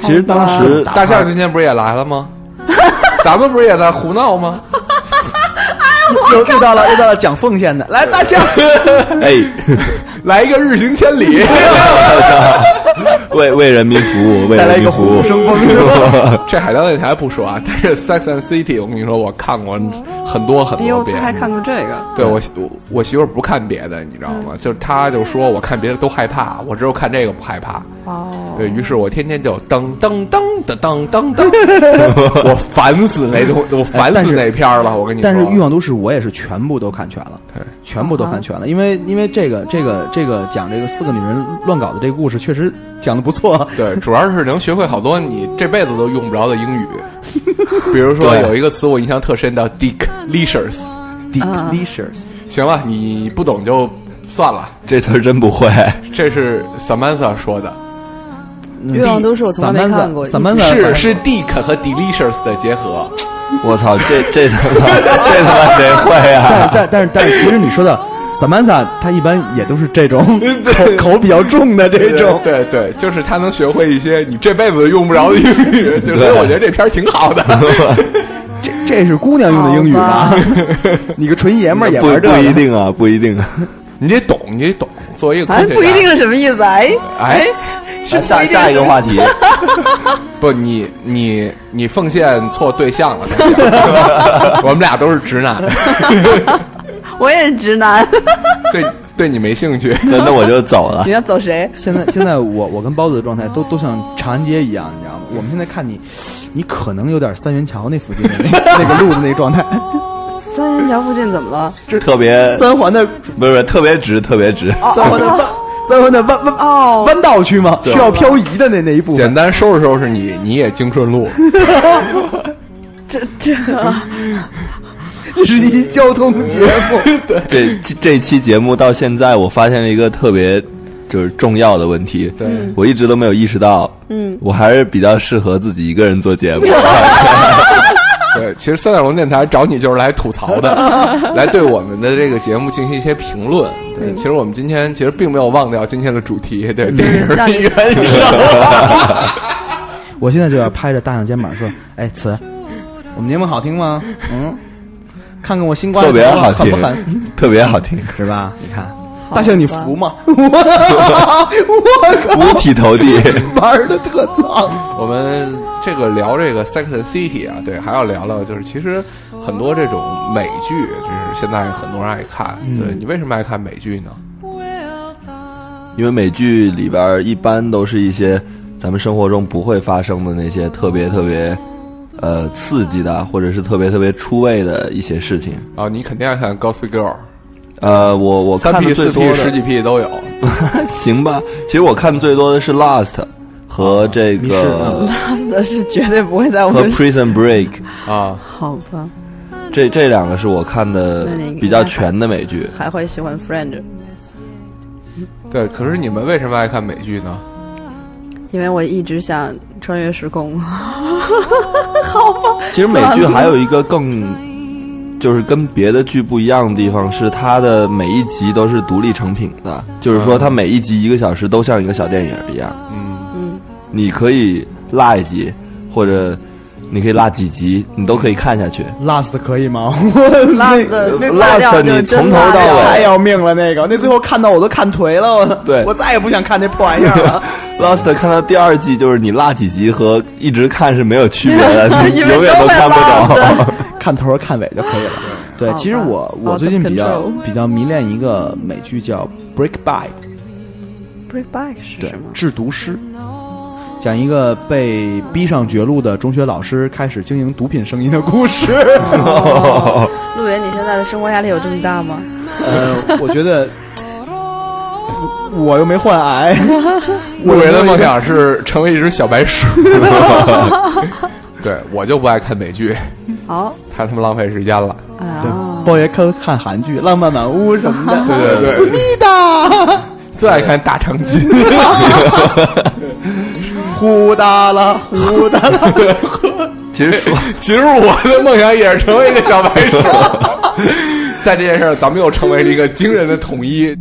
[SPEAKER 4] 其实当时
[SPEAKER 5] 大象今天不是也来了吗？咱们不是也在胡闹吗？
[SPEAKER 6] 又又到了又到了讲奉献的，来大象，
[SPEAKER 4] 哎，
[SPEAKER 5] 来一个日行千里。
[SPEAKER 4] 为为人民服务，为
[SPEAKER 6] 带来
[SPEAKER 4] 人
[SPEAKER 6] 一
[SPEAKER 4] 民
[SPEAKER 6] 个
[SPEAKER 4] 服
[SPEAKER 6] 虎
[SPEAKER 4] 务
[SPEAKER 6] 虎。生风，是 吧？
[SPEAKER 5] 这海盗电台不说啊，但是《Sex and City》我跟你说，我看过很多很
[SPEAKER 1] 哎
[SPEAKER 5] 多
[SPEAKER 1] 呦，他还
[SPEAKER 5] 遍。
[SPEAKER 1] 看过这个，
[SPEAKER 5] 对我媳我我媳妇儿不看别的，你知道吗？就是她就说我看别的都害怕，我只有看这个不害怕。
[SPEAKER 1] 哦，
[SPEAKER 5] 对于是，我天天就噔噔噔的噔噔噔，我烦死那东，我烦
[SPEAKER 6] 哎但
[SPEAKER 5] 死
[SPEAKER 6] 是
[SPEAKER 5] 那片儿了。我跟你说，
[SPEAKER 6] 但是《欲望都市》我也是全部都看全了，
[SPEAKER 5] 对
[SPEAKER 6] 全部都
[SPEAKER 1] 啊
[SPEAKER 6] 看全了，因为因为这个这个这个讲这个四个女人乱搞的这个故事，确实讲的不
[SPEAKER 1] 啊
[SPEAKER 6] 错。
[SPEAKER 5] 对，主要是能学会好多你这辈子都用不着的英语，比如说
[SPEAKER 4] 对
[SPEAKER 5] 有一个词我印象特深，叫 delicious。
[SPEAKER 6] Delicious，嗯
[SPEAKER 5] 行了，你不懂就算了，
[SPEAKER 4] 这词儿真不会，
[SPEAKER 5] 这是 Samantha 说的。
[SPEAKER 1] 欲望都市我从来没看过
[SPEAKER 6] 散漫
[SPEAKER 5] 是是 Dick 和 Delicious 的结合，
[SPEAKER 4] 我操，这这他妈这他妈谁会啊？
[SPEAKER 6] 但但但是但是，其实你说的 Samantha 她一般也都是这种口口比较重的这种。
[SPEAKER 5] 对对，就是他能学会一些你这辈子都用不着的英语，就所以我觉得这片儿挺好的。
[SPEAKER 6] 这这是姑娘用的英语吧？ 你个纯爷们儿也
[SPEAKER 4] 不
[SPEAKER 6] 玩这
[SPEAKER 4] 不
[SPEAKER 6] 个
[SPEAKER 4] 一定啊，不一定。
[SPEAKER 5] 你得懂，你得懂，作为一个科
[SPEAKER 1] 哎，
[SPEAKER 5] 学家，
[SPEAKER 1] 不一定是什么意思？哎，
[SPEAKER 5] 哎，
[SPEAKER 4] 来下下一个话题，
[SPEAKER 5] 不，你你你奉献错对象了，我们俩都是 直男，
[SPEAKER 1] 我也是直男，
[SPEAKER 5] 对对你没兴趣。
[SPEAKER 4] 那那我就走了
[SPEAKER 1] 你。要走谁？
[SPEAKER 6] 现在现在我我跟包子的状态都都像长安街一样，你知道吗？我们现在看你，你可能有点三元桥那附近的那 那个路的那个状态，
[SPEAKER 1] 三元桥附近怎么了？
[SPEAKER 4] 特别
[SPEAKER 6] 三环的
[SPEAKER 4] 不是不是特别直，特别直。
[SPEAKER 6] 三环的弯三环的弯弯
[SPEAKER 1] 哦
[SPEAKER 6] 弯道区嘛，需要漂移的那那一部
[SPEAKER 5] 简
[SPEAKER 6] 分。
[SPEAKER 5] 单收拾收拾你，你也经顺路。
[SPEAKER 1] 这这
[SPEAKER 6] 这是 一交通节目，
[SPEAKER 4] 这这这期节目到现在，我发现了一个特别就是重要的问题，
[SPEAKER 5] 对，
[SPEAKER 4] 我一直都没有意识到。
[SPEAKER 1] 嗯，
[SPEAKER 4] 我还是比较适合自己一个人做节目。
[SPEAKER 5] 对，其实三角龙电台找你就是来吐槽 的，来对我们的这个节目进行一些评论。对，
[SPEAKER 1] 嗯
[SPEAKER 5] 其实我们今天其实并没有忘掉今天的主题，对，电影
[SPEAKER 1] 让你
[SPEAKER 5] 原声。
[SPEAKER 6] 我现在就要拍着大象肩膀说：“ 哎，词，我们节目好听吗？嗯，看看我新瓜
[SPEAKER 4] 特别好
[SPEAKER 6] 狠
[SPEAKER 4] 听
[SPEAKER 6] 不狠？，
[SPEAKER 4] 特别好听，
[SPEAKER 6] 是吧？你看，大象你服吗？
[SPEAKER 4] 五体投地。
[SPEAKER 6] 玩的特脏，
[SPEAKER 5] 我们这个聊这个《Sex and City》啊，对，还要聊聊就是其实很多这种美剧，就是现在很多人爱看。
[SPEAKER 4] 嗯
[SPEAKER 5] 对你为什么爱看美剧呢？
[SPEAKER 4] 因为美剧里边儿一般都是一些咱们生活中不会发生的那些特别特别呃刺激的，或者是特别特别出位的一些事情。
[SPEAKER 5] 啊，你肯定爱看《Gossip Girl》，
[SPEAKER 4] 呃，我我
[SPEAKER 5] 三
[SPEAKER 4] 看
[SPEAKER 5] P、
[SPEAKER 4] 的最
[SPEAKER 5] 四
[SPEAKER 4] 多
[SPEAKER 5] P、十
[SPEAKER 4] 的
[SPEAKER 5] 几 P 都有。
[SPEAKER 4] 行吧，其实我看最多的是 Last 和
[SPEAKER 5] 哦
[SPEAKER 4] 这
[SPEAKER 6] 迷失
[SPEAKER 5] 嗯
[SPEAKER 4] 个
[SPEAKER 6] 了
[SPEAKER 1] 拉死的是绝对不会在我
[SPEAKER 4] 和
[SPEAKER 1] 们
[SPEAKER 4] Prison Break
[SPEAKER 5] 啊，
[SPEAKER 1] 好吧？
[SPEAKER 4] 这这两个是我看的
[SPEAKER 1] 那你
[SPEAKER 4] 比较全的美剧。
[SPEAKER 1] 还会喜欢 Friend，
[SPEAKER 5] 对，可是你们为什么爱看美剧呢？
[SPEAKER 1] 因为我一直想穿越时空。
[SPEAKER 4] 其实美剧还有一个更，就是跟别的剧不一样的地方是，它的每一集都是独立成品的，就是说它每一集一个小时都像一个小电影一样，
[SPEAKER 5] 嗯，
[SPEAKER 4] 你可以落一集，或者你可以落几集，你都可以看下去。
[SPEAKER 6] Last 可以吗
[SPEAKER 1] Last 的
[SPEAKER 6] 那
[SPEAKER 1] 拉掉
[SPEAKER 4] Last
[SPEAKER 1] 就
[SPEAKER 4] 你
[SPEAKER 1] 真
[SPEAKER 4] 从头
[SPEAKER 1] 拉
[SPEAKER 4] 到
[SPEAKER 1] 掉
[SPEAKER 4] 尾
[SPEAKER 6] 太要命了，那个那最后看到我都看颓了，我
[SPEAKER 4] 对
[SPEAKER 6] 我再也不想看那破玩意儿 了。
[SPEAKER 4] Lost 看到第二季就是你落几集和一直看是没有区 别的，你
[SPEAKER 1] 因为
[SPEAKER 4] 永远
[SPEAKER 1] 都
[SPEAKER 4] 都
[SPEAKER 1] 会
[SPEAKER 4] 看不着。
[SPEAKER 6] 看头儿看尾就可以了。对，
[SPEAKER 1] 好吧
[SPEAKER 6] 其实我
[SPEAKER 1] Out
[SPEAKER 6] 我
[SPEAKER 1] of
[SPEAKER 6] 最近比较
[SPEAKER 1] control
[SPEAKER 6] 比较迷恋一个美剧叫《Break By》，
[SPEAKER 1] Break Back 是
[SPEAKER 6] 对
[SPEAKER 1] 什么，？
[SPEAKER 6] 制毒师，讲一个被逼上绝路的中学老师开始经营毒品生意的故事。
[SPEAKER 1] 哦陆源，你现在的生活压力有这么大吗？
[SPEAKER 6] 呃，我觉得 我又没患癌，
[SPEAKER 5] 陆人的梦想是成为一只小白 鼠。 对我就不爱看美剧，
[SPEAKER 1] 好，
[SPEAKER 5] 太他妈浪费时间了。
[SPEAKER 1] 啊，
[SPEAKER 6] 包爷看看韩剧《浪漫满屋》什么 的。
[SPEAKER 5] 对对对，
[SPEAKER 6] 密达
[SPEAKER 5] 最爱看大长今。
[SPEAKER 6] 呼哒啦呼哒啦，
[SPEAKER 4] 其实说
[SPEAKER 5] 其实我的梦想也是成为一个小白 鼠。在这件事儿，咱们又成为了一个惊人的统一。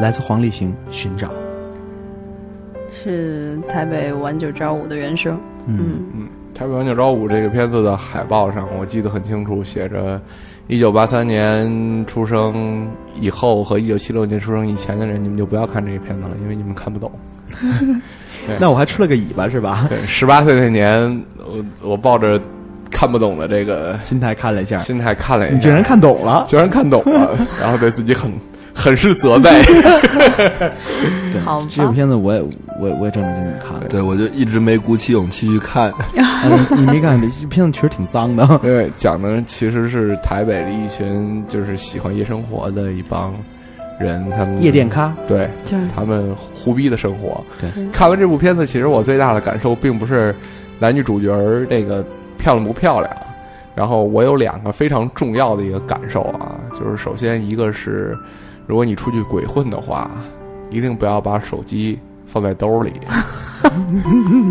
[SPEAKER 6] 来自黄立行《寻找》。
[SPEAKER 1] 是台北晚九朝五的原声。嗯，
[SPEAKER 5] 台北晚九朝五这个片子的海报上，我记得很清楚，写着一九八三年出生以后和一九七六年出生以前的人，你们就不要看这个片子了，因为你们看不懂。
[SPEAKER 6] 那我还吃了个尾巴是吧？
[SPEAKER 5] 对，十八岁那年，我我抱着看不懂的这个
[SPEAKER 6] 心态看了一下，
[SPEAKER 5] 心态看了一下，
[SPEAKER 6] 你竟然看懂了，
[SPEAKER 5] 居然看懂了，然后对自己很很是责备。
[SPEAKER 6] 对
[SPEAKER 1] 好吧
[SPEAKER 6] 这部片子我也我也我也正正经经看了，
[SPEAKER 4] 对，我就一直没鼓起勇气去看。
[SPEAKER 6] 哎你你没看这这片子确实挺脏的，
[SPEAKER 5] 因为讲的其实是台北的一群就是喜欢夜生活的一帮人，他们
[SPEAKER 6] 夜店咖，
[SPEAKER 5] 对
[SPEAKER 1] 对，
[SPEAKER 5] 他们胡逼的生活。
[SPEAKER 6] 对
[SPEAKER 5] 看完这部片子，其实我最大的感受并不是男女主角儿这个漂亮不漂亮，啊然后我有两个非常重要的一个感受啊，就是首先一个是，如果你出去鬼混的话，一定不要把手机放在兜里，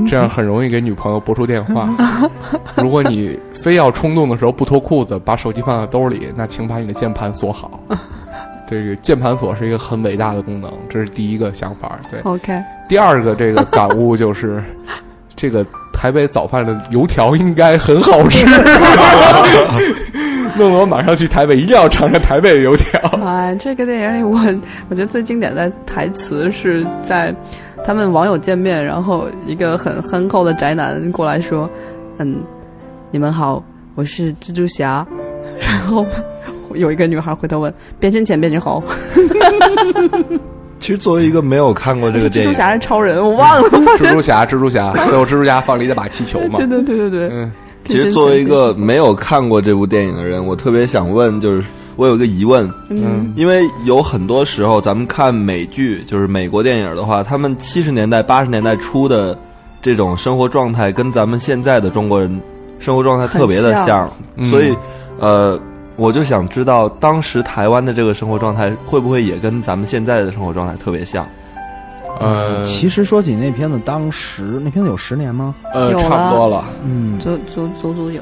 [SPEAKER 5] 这样很容易给女朋友拨出电话。如果你非要冲动的时候不脱裤子，把手机放在兜里，那请把你的键盘锁好。这个键盘锁是一个很伟大的功能，这是第一个想法。对，
[SPEAKER 1] ，OK，
[SPEAKER 5] 第二个这个感悟就是，这个台北早饭的油条应该很好吃， 弄得我马上去台北，一定要尝尝台北的油条。
[SPEAKER 1] 啊，这个电影
[SPEAKER 4] 嗯
[SPEAKER 1] 里我我觉得最经典的台词是在他们网友见面，然后一个很憨厚的宅男过来说：“嗯，你们好，我是蜘蛛侠。” 然后有一个女孩回头问：“变身前变身后，
[SPEAKER 4] 其实作为一个没有看过这个
[SPEAKER 1] 蜘
[SPEAKER 4] 电
[SPEAKER 1] 蛛
[SPEAKER 4] 影，
[SPEAKER 1] 侠还是超人？我 忘了。。
[SPEAKER 5] 蜘蛛侠，蜘蛛侠，最后蜘蛛侠放了一大把气球嘛
[SPEAKER 1] 对对对对对，
[SPEAKER 5] 嗯，
[SPEAKER 4] 其实作为一个没有看过这部电影的人，我特别想问，就是我有一个疑问，
[SPEAKER 5] 嗯
[SPEAKER 4] 因为有很多时候咱们看美剧，就是美国电影的话，他们七十年代、八十年代初的这种生活状态，跟咱们现在的中国人生活状态特别的
[SPEAKER 1] 很
[SPEAKER 4] 像，
[SPEAKER 5] 嗯
[SPEAKER 4] 所以呃，我就想知道，当时台湾的这个生活状态会不会也跟咱们现在的生活状态特别像？
[SPEAKER 5] 呃，
[SPEAKER 6] 其实说起那片子，当时那片子有十年吗？
[SPEAKER 5] 呃，
[SPEAKER 1] 有了
[SPEAKER 5] 差不多了。
[SPEAKER 6] 嗯，
[SPEAKER 1] 足足足足有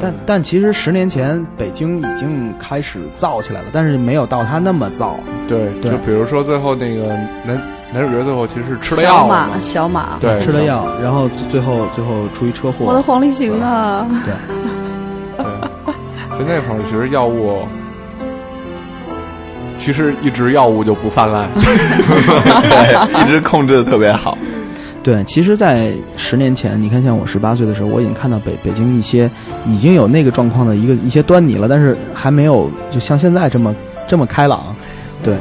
[SPEAKER 6] 但但其实十年前北京已经开始造起来了，但是没有到它那么造。
[SPEAKER 5] 对，
[SPEAKER 6] 对
[SPEAKER 5] 就比如说最后那个男男主角最后其实是吃了
[SPEAKER 1] 小
[SPEAKER 5] 药了嘛
[SPEAKER 1] 马，小马，
[SPEAKER 5] 对，
[SPEAKER 6] 吃了药，然后最后最后出一车祸。
[SPEAKER 1] 我的黄立行啊，
[SPEAKER 5] 对，所以那会儿其实药物，其实一直药物就不泛 滥。
[SPEAKER 4] 对，一直控制的特别好。
[SPEAKER 6] 对，其实，在十年前，你看，像我十八岁的时候，我已经看到北北京一些已经有那个状况的一个一些端倪了，但是还没有就像现在这么这么开朗。对，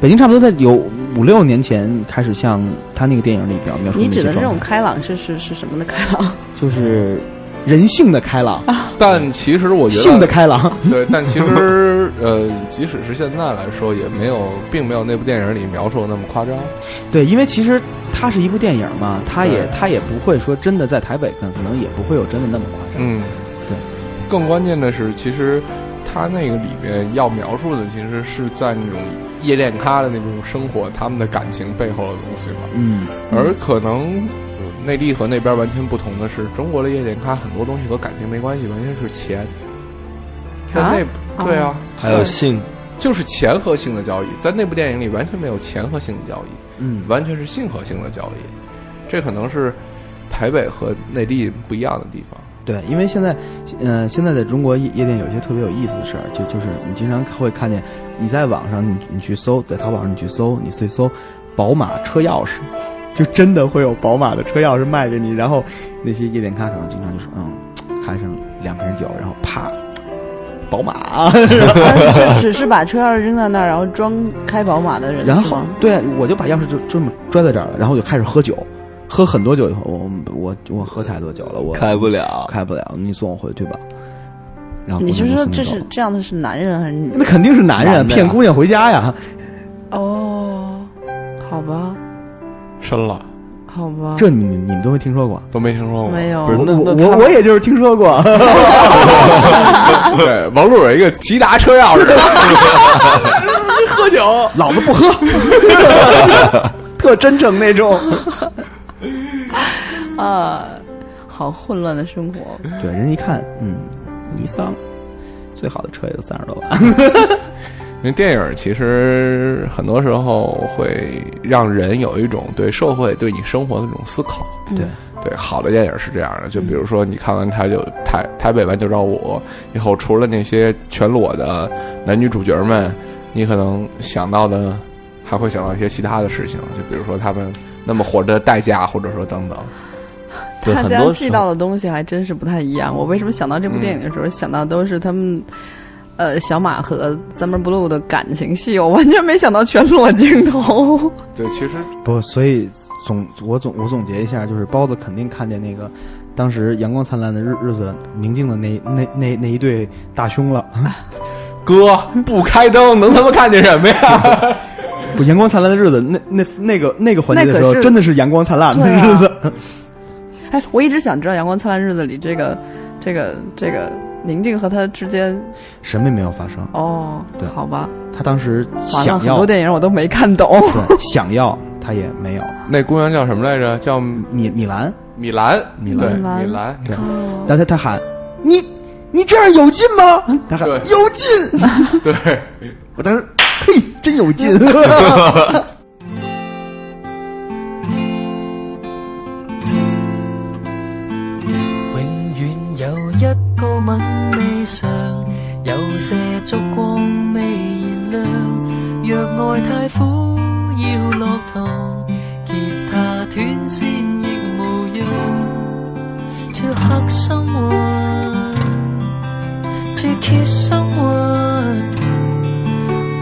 [SPEAKER 6] 北京差不多在有五六年前开始像他那个电影里边描 述
[SPEAKER 1] 你
[SPEAKER 6] 那
[SPEAKER 1] 指
[SPEAKER 6] 些
[SPEAKER 1] 的这
[SPEAKER 6] 状
[SPEAKER 1] 种
[SPEAKER 6] 态，
[SPEAKER 1] 开朗是是是什么的开朗？
[SPEAKER 6] 就是人性的开朗，
[SPEAKER 5] 但其实我觉得
[SPEAKER 6] 性的开朗。
[SPEAKER 5] 对，但其实 呃，即使是现在来说，也没有，并没有那部电影里描述的那么夸张。
[SPEAKER 6] 对，因为其实它是一部电影嘛，它也
[SPEAKER 5] 对
[SPEAKER 6] 它也不会说真的在台北看，可能也不会有真的那么夸张。
[SPEAKER 5] 嗯，
[SPEAKER 6] 对。
[SPEAKER 5] 更关键的是，其实他那个里面要描述的，其实是在那种夜店咖的那种生活，他们的感情背后的东西吧。
[SPEAKER 6] 嗯，
[SPEAKER 5] 而可能呃内地和那边完全不同的是，中国的夜店咖很多东西和感情没关系，完全是钱。在
[SPEAKER 1] 啊
[SPEAKER 5] 那、对啊，
[SPEAKER 4] 还有性，
[SPEAKER 5] 就是钱和性的交易，在那部电影里完全没有钱和性的交易。
[SPEAKER 6] 嗯，
[SPEAKER 5] 完全是性和性的交易，这可能是台北和内地不一样的地方。
[SPEAKER 6] 对，因为现在，呃，现在在中国夜夜店有一些特别有意思的事儿，就就是你经常会看见，你在网上你你去搜，在淘宝上你去搜，你去搜宝马车钥匙，就真的会有宝马的车钥匙卖给你，然后那些夜店咖可能经常就是嗯，开上两瓶酒，然后啪，宝马，
[SPEAKER 1] 啊是只是把车钥匙扔在那儿，然后装开宝马的人，
[SPEAKER 6] 然
[SPEAKER 1] 是
[SPEAKER 6] 后
[SPEAKER 1] 吗
[SPEAKER 6] 对我就把钥匙就这么拽在这儿了，然后我就开始喝酒，喝很多酒以后，我我我喝太多酒了，我
[SPEAKER 4] 开不了。
[SPEAKER 6] 开不了，你送我回去吧。然后
[SPEAKER 1] 你
[SPEAKER 6] 姑
[SPEAKER 1] 是
[SPEAKER 6] 娘就
[SPEAKER 1] 说
[SPEAKER 6] 啊送
[SPEAKER 1] 这
[SPEAKER 6] 走
[SPEAKER 1] 是
[SPEAKER 6] 了
[SPEAKER 1] 这样的是男人还是女？
[SPEAKER 6] 那肯定是男啊人
[SPEAKER 4] 男的呀
[SPEAKER 6] 骗姑娘回家呀，
[SPEAKER 1] 哦，好吧，
[SPEAKER 5] 深了
[SPEAKER 1] 好吧，
[SPEAKER 6] 这你你们都没听说过。
[SPEAKER 5] 都没听说过，
[SPEAKER 1] 没有
[SPEAKER 4] 不是
[SPEAKER 6] 我
[SPEAKER 4] 那那他
[SPEAKER 6] 我我也就是听说过，
[SPEAKER 5] 对，王璐有一个骐达车钥匙，
[SPEAKER 6] 喝酒， 老子不喝， 特真诚那种。
[SPEAKER 1] 啊，好混乱的生活。
[SPEAKER 6] 对，人一看，嗯，尼桑，最好的车也就三十多万。
[SPEAKER 5] 因为电影其实很多时候会让人有一种对社会、对你生活的这种思考。
[SPEAKER 1] 嗯
[SPEAKER 6] 对
[SPEAKER 5] 对，好的电影是这样的，就比如说你看完台九台台北完九兆五以后，除了那些全裸的男女主角们，你可能想到的还会想到一些其他的事情，就比如说他们那么火的代价，或者说等等。
[SPEAKER 4] 对
[SPEAKER 1] 大
[SPEAKER 4] 很
[SPEAKER 1] 家
[SPEAKER 4] 多
[SPEAKER 1] 记
[SPEAKER 4] 时
[SPEAKER 1] 到的东西还真是不太一样。我为什么想到这部电影的时候，
[SPEAKER 6] 嗯
[SPEAKER 1] 想到都是他们，呃，小马和 Summer Blue 的感情戏，我完全没想到全裸镜 头。
[SPEAKER 5] 对，其实
[SPEAKER 6] 不，所以总我总我总结一下，就是包子肯定看见那个当时阳光灿烂的日日子宁静的那那那那一对大胸了。
[SPEAKER 5] 哥不开灯能他妈看见什么呀？
[SPEAKER 6] 不， 阳光灿烂的日子，那那那个那个环节的时
[SPEAKER 1] 那
[SPEAKER 6] 候，
[SPEAKER 1] 可是
[SPEAKER 6] 真的是阳光灿烂的
[SPEAKER 1] 对啊
[SPEAKER 6] 日子。
[SPEAKER 1] 哎，我一直想知道《阳光灿烂日子》里这个、这个、这个宁静和他之间，
[SPEAKER 6] 什么也没有发生。
[SPEAKER 1] 哦
[SPEAKER 6] 对，
[SPEAKER 1] 好吧，
[SPEAKER 6] 他当时
[SPEAKER 1] 完了，
[SPEAKER 6] 想
[SPEAKER 1] 很
[SPEAKER 6] 要
[SPEAKER 1] 多，电影我都没看懂。
[SPEAKER 6] 对，想要他也没有。
[SPEAKER 5] 那姑娘叫什么来着？叫
[SPEAKER 6] 米米兰，
[SPEAKER 5] 米兰，
[SPEAKER 6] 米兰
[SPEAKER 5] 对
[SPEAKER 1] 米兰
[SPEAKER 5] 米兰，
[SPEAKER 6] 对，然后他他喊你你这样有劲吗？他喊
[SPEAKER 5] 对
[SPEAKER 6] 有劲。
[SPEAKER 5] 对，
[SPEAKER 6] 我当时嘿，真有劲。
[SPEAKER 8] 永遠有一個吻尾上，有些燭光未燃亮。若愛太苦，要落堂，吉他斷線亦無恙。To hug someone, to kiss someone,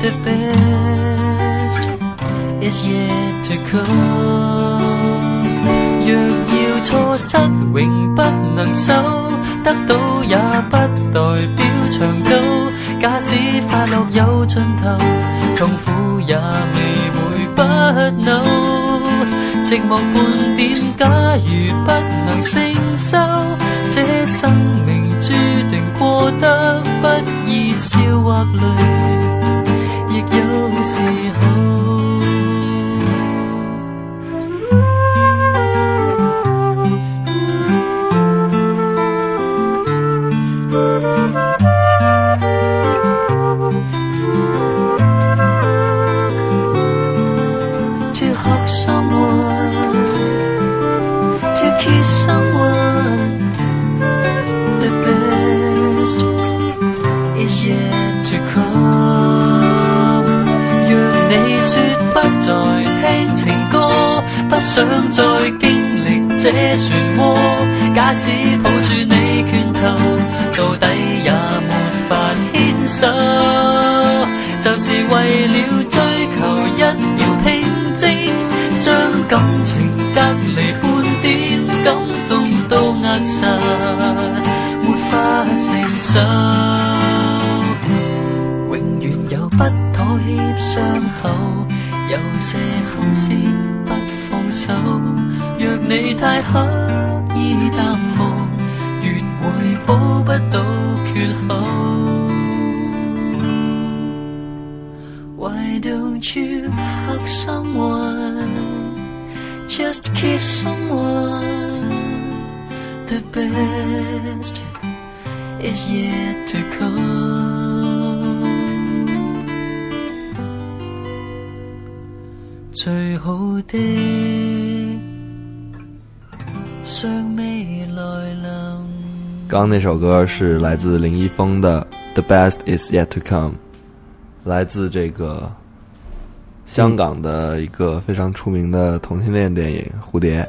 [SPEAKER 8] the best is yet to come. 若要錯失，永不能收，得到也不代表長久。假使快樂有盡頭，痛苦也未會不朽。寂寞半點，假如不能承受，這生命注定過得不易笑或淚，亦有時候。to hug someone, to kiss someone. The best is yet to come. 若你說不再聽情歌，不想再經歷這漩渦，假使抱住你拳頭，到底也沒法牽手。就是為了追求一秒平靜，將感情隔離半點，感動到扼實，沒法承受。永遠有不妥協傷口，有些堪是不放手。若你太刻意淡忘，越會補不到缺口。Why don't you hug someone? Just kiss someone. The best is yet to come. 最好的尚未來臨。
[SPEAKER 4] 刚刚那首歌是来自林一峰的《The Best Is Yet to Come》，来自这个香港的一个非常出名的同性恋电影《蝴蝶》。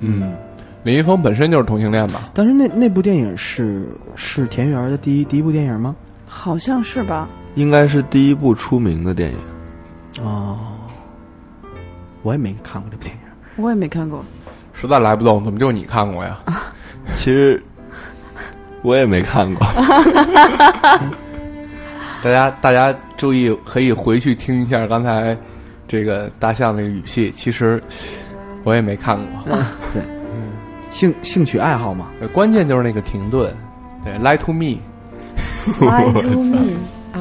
[SPEAKER 5] 嗯，林一峰本身就是同性恋吧？
[SPEAKER 6] 当时那那部电影是是田园的第一第一部电影吗？
[SPEAKER 1] 好像是吧？
[SPEAKER 4] 应该是第一部出名的电影，
[SPEAKER 6] 哦，我也没看过这部电影。
[SPEAKER 1] 我也没看过。
[SPEAKER 5] 实在来不动，怎么就你看 过呀？
[SPEAKER 4] 其实我也没看过。
[SPEAKER 5] 大家大家注意，可以回去听一下刚才这个大象那个语气。其实我也没看
[SPEAKER 1] 嗯
[SPEAKER 5] 过，
[SPEAKER 6] 兴兴趣爱好嘛，
[SPEAKER 5] 对关键就是那个停顿。对，Lie to me，
[SPEAKER 1] Lie to me。哦，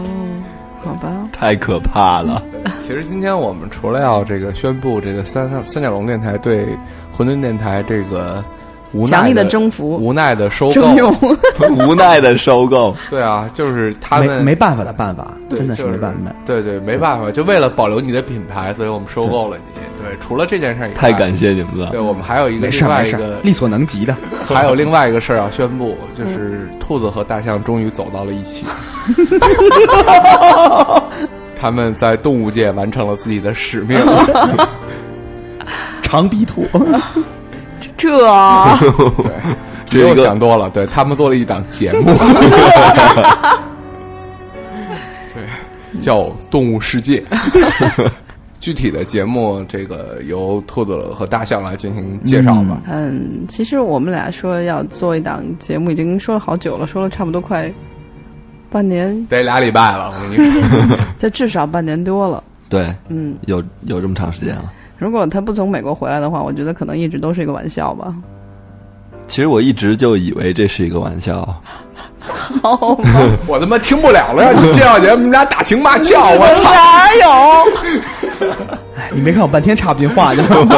[SPEAKER 1] 好吧。
[SPEAKER 4] 太可怕了！
[SPEAKER 5] 其实今天我们除了要这个宣布这个三三角龙电台对馄饨电台这个无奈
[SPEAKER 1] 强力的征服、
[SPEAKER 5] 无奈的收购
[SPEAKER 1] 征，用。
[SPEAKER 4] 无奈的收购，
[SPEAKER 5] 对啊，就是他
[SPEAKER 6] 没
[SPEAKER 5] 们
[SPEAKER 6] 没办法的办法，
[SPEAKER 5] 对
[SPEAKER 6] 真的是
[SPEAKER 5] 就
[SPEAKER 6] 没办法的。
[SPEAKER 5] 对对，没办法，就为了保留你的品牌，所以我们收购了你。对，除了这件事儿以外，
[SPEAKER 4] 太感谢你们了
[SPEAKER 5] 对。我们还有一个
[SPEAKER 6] 没事
[SPEAKER 5] 另
[SPEAKER 6] 儿
[SPEAKER 5] 外
[SPEAKER 6] 没
[SPEAKER 5] 一
[SPEAKER 6] 事嗯
[SPEAKER 5] 个
[SPEAKER 6] 儿，力所能及的。
[SPEAKER 5] 还有另外一个事儿要宣布，就是兔子和大象终于走到了 一起，他们在动物界完成了自己的使 命。
[SPEAKER 6] 长臂兔，
[SPEAKER 1] 这啊
[SPEAKER 5] 对，
[SPEAKER 4] 这
[SPEAKER 5] 又
[SPEAKER 4] 一个
[SPEAKER 5] 想多了，对他们做了一档节目，对，叫《动物世界》。 具体的节目，这个由兔子和大象来进行介绍吧。
[SPEAKER 1] 嗯，其实我们俩说要做一档节目，已经说了好久了，说了差不多快半年，
[SPEAKER 5] 得俩礼拜了，我跟你说，
[SPEAKER 1] 这至少半年多了。
[SPEAKER 4] 对，
[SPEAKER 1] 嗯，
[SPEAKER 4] 有有这么长时间了。
[SPEAKER 1] 如果他不从美国回来的话，我觉得可能一直都是一个玩笑吧。
[SPEAKER 4] 其实我一直就以为这是一个玩笑，
[SPEAKER 1] 好吧，
[SPEAKER 5] 我他妈听不了了，让你介绍节目，你们俩打情骂俏，我操！
[SPEAKER 1] 哪有？
[SPEAKER 6] 哎你没看我半天插不进话去吗？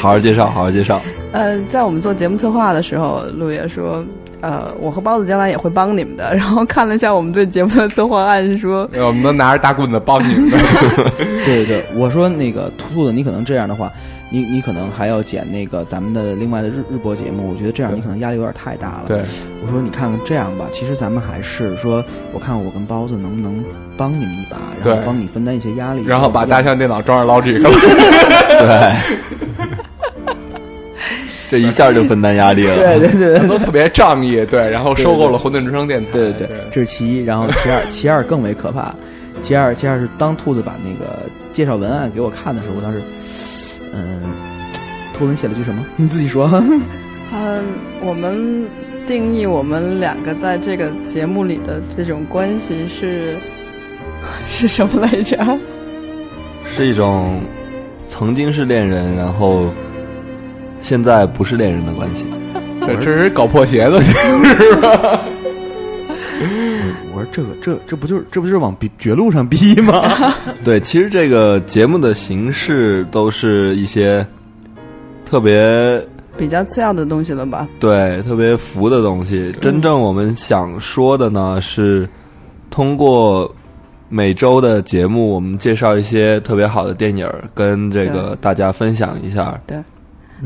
[SPEAKER 4] 好好介绍，好好介绍。
[SPEAKER 1] 呃，在我们做节目策划的时候，陆爷说，呃，我和包子将来也会帮你们的。 然后看了一下我们对节目的策划案，说
[SPEAKER 5] 哎我们都拿着大棍子包你们。
[SPEAKER 6] 对对对，我说那个兔子，你可能这样的话，你你可能还要剪那个咱们的另外的日日播节目，我觉得这样
[SPEAKER 5] 对
[SPEAKER 6] 你可能压力有点太大了。
[SPEAKER 5] 对，
[SPEAKER 6] 我说你看看这样吧，其实咱们还是说，我看我跟包子能不能帮你们一把，然
[SPEAKER 5] 对
[SPEAKER 6] 后帮你分担一些压力，
[SPEAKER 5] 然后把大
[SPEAKER 6] 家
[SPEAKER 5] 象电脑装上 Logic 了。
[SPEAKER 4] 对，这一下就分担压力了。
[SPEAKER 6] 对对对对
[SPEAKER 5] 都 特别仗义，对，然后收购了混沌之声电台，
[SPEAKER 6] 对对对，这是其一。然后其 二，其二更为可怕。其二，其二是当兔子把那个介绍文案给我看的时候，我当时，嗯，兔子你写了句什么？你自己说。
[SPEAKER 1] 嗯，我们定义我们两个在这个节目里的这种关系是 是什么来着？
[SPEAKER 4] 是一种曾经是恋人，然后现在不是恋人的关系。
[SPEAKER 5] 这这是搞破鞋的，
[SPEAKER 6] 我说这个这这不就是这不就是往逼绝路上逼 吗？
[SPEAKER 4] 对，其实这个节目的形式都是一些特别
[SPEAKER 1] 比较次要的东西了吧？
[SPEAKER 4] 对特别浮的东西。真正我们想说的呢，是通过每周的节目，我们介绍一些特别好的电影儿，跟这个大家分享一下。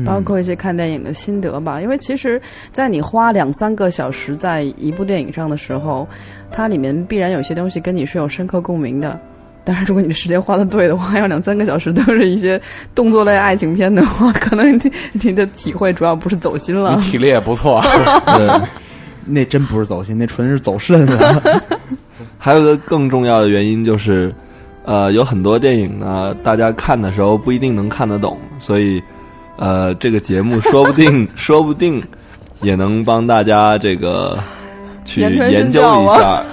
[SPEAKER 1] 包括一些看电影的心得吧。因为其实，在你花两三个小时在一部电影上的时候，它里面必然有些东西跟你是有深刻共鸣的。当然，如果你的时间花的对的话，要两三个小时都是一些动作类爱情片的话，可能你 你的体会主要不是走心了
[SPEAKER 5] 你。 体力也不错。
[SPEAKER 4] 对，
[SPEAKER 6] 那真不是走心，那纯是走肾啊！
[SPEAKER 4] 还有一个更重要的原因就是，呃，有很多电影呢，大家看的时候不一定能看得懂，所以，呃，这个节目说不 定说不定也能帮大家这个去
[SPEAKER 1] 言传
[SPEAKER 4] 研
[SPEAKER 1] 身
[SPEAKER 4] 究
[SPEAKER 1] 教
[SPEAKER 4] 一下，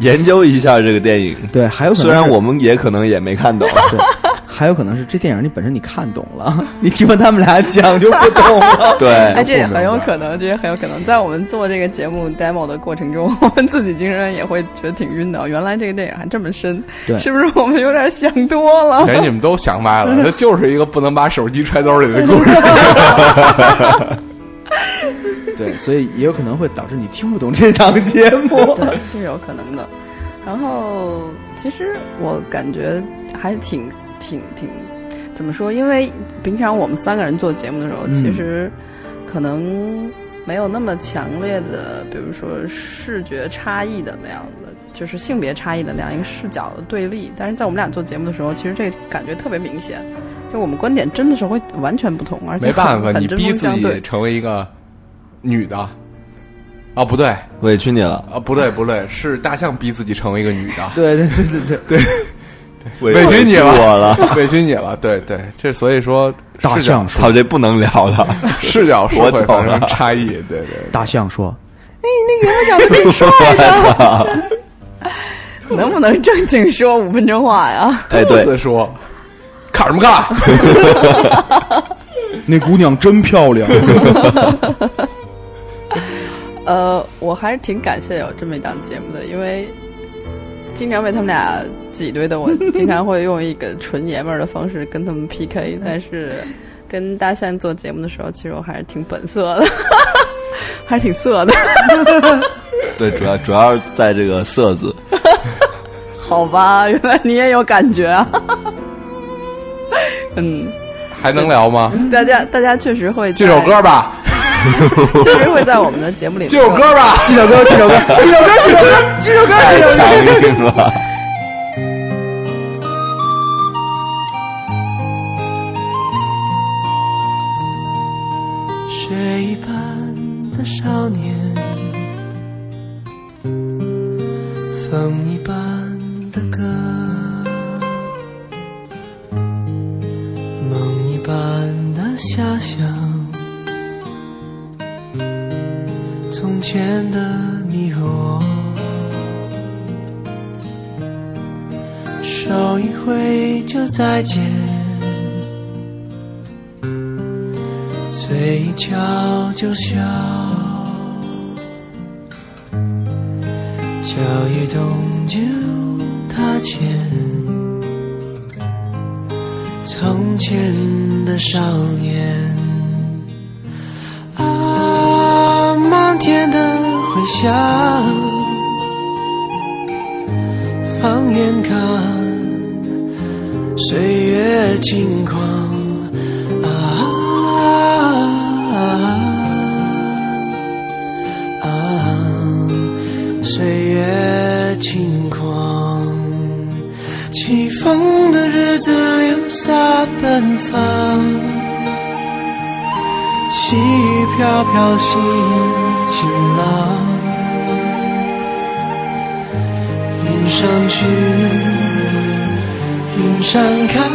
[SPEAKER 4] 研究一下这个电影。
[SPEAKER 6] 对，还有可能
[SPEAKER 4] 虽然
[SPEAKER 6] 是
[SPEAKER 4] 我们也可能也没看懂，
[SPEAKER 6] 对，还有可能是这电影你本身你看懂了，你听完他们俩讲就不懂了。
[SPEAKER 4] 对，
[SPEAKER 1] 哎，这也很有
[SPEAKER 4] 能。
[SPEAKER 1] 可能，这也很有可能。在我们做这个节目 demo 的过程中，我 们自己经常也会觉得挺晕的。哦原来这个电影还这么深，
[SPEAKER 6] 对
[SPEAKER 1] 是不是我们有点想多了？
[SPEAKER 5] 人你们都想歪了，这就是一个不能把手机揣兜里的 故事。
[SPEAKER 6] 对，所以也有可能会导致你听不懂这档节目。
[SPEAKER 1] 对，是有可能的。然后，其实我感觉还挺挺挺，怎么说？因为平常我们三个人做节目的时候，
[SPEAKER 6] 嗯
[SPEAKER 1] 其实可能没有那么强烈的，比如说视觉差异的那样的，就是性别差异的那样一个视角的对立。但是在我们俩做节目的时候，其实这个感觉特别明显，就我们观点真的是会完全不同，而且
[SPEAKER 5] 没办法，
[SPEAKER 1] 很很
[SPEAKER 5] 你
[SPEAKER 1] 针
[SPEAKER 5] 逼
[SPEAKER 1] 锋
[SPEAKER 5] 自
[SPEAKER 1] 相
[SPEAKER 5] 己
[SPEAKER 1] 对。
[SPEAKER 5] 成为一个女的。啊，不对，
[SPEAKER 4] 委屈你了，
[SPEAKER 5] 啊，不对，不对，是大象逼自己成为一个女 的，
[SPEAKER 6] 对对对对对，
[SPEAKER 4] 委
[SPEAKER 5] 委屈你了
[SPEAKER 4] 我了。
[SPEAKER 5] 委屈你了。对对，这所以说
[SPEAKER 6] 大
[SPEAKER 5] 视角
[SPEAKER 6] 象
[SPEAKER 4] 操，
[SPEAKER 6] 说，
[SPEAKER 4] 这不能聊了。
[SPEAKER 5] 视角是
[SPEAKER 4] 我
[SPEAKER 5] 会
[SPEAKER 4] 走
[SPEAKER 5] 发生
[SPEAKER 4] 了
[SPEAKER 5] 差异。对对对，
[SPEAKER 6] 大象说，
[SPEAKER 1] 能不能正经说五分钟话呀？
[SPEAKER 4] 哎，
[SPEAKER 5] 兔
[SPEAKER 4] 对，
[SPEAKER 5] 子说，看什么看？
[SPEAKER 6] 那姑娘真漂亮。
[SPEAKER 1] 呃，我还是挺感谢有这么一档节目的，因为经常被他们俩 挤兑的我，经常会用一个纯爷们儿的方式跟他们 PK，但是跟大象做节目的时候，其实我还是挺本色的， 还是挺色的，
[SPEAKER 4] 对，主要主要在这个“色”字。
[SPEAKER 1] 好吧？原来你也有感觉啊。 嗯，
[SPEAKER 5] 还能聊吗？
[SPEAKER 1] 大家大家确实会
[SPEAKER 5] 这首歌吧，
[SPEAKER 1] 在，确实会在我们的节目里面
[SPEAKER 5] 这首歌吧， 这首歌，这首歌，这首歌，这首歌，这首歌，这首
[SPEAKER 4] 强硬
[SPEAKER 5] 歌。
[SPEAKER 4] 了。
[SPEAKER 9] 雪一般的少年，风一般的歌，梦一般的遐想，从前的你和我，手一挥就再见。嘴一翘就笑，脚一动就踏前。从前的少年，啊，漫天的回响，放眼看，岁月轻狂。啊啊啊！岁月轻狂，起风的日子留下奔放，细雨飘飘心晴朗，云上去，云上看。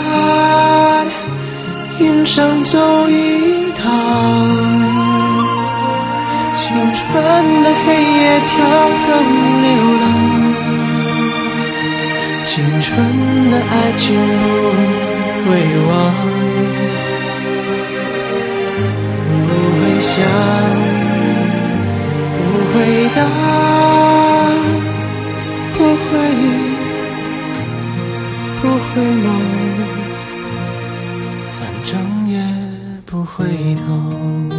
[SPEAKER 9] 云上走一趟，青春的黑夜挑灯流浪，青春的爱情不会忘，不会想，不会答，不会，不会梦。反正也不回头。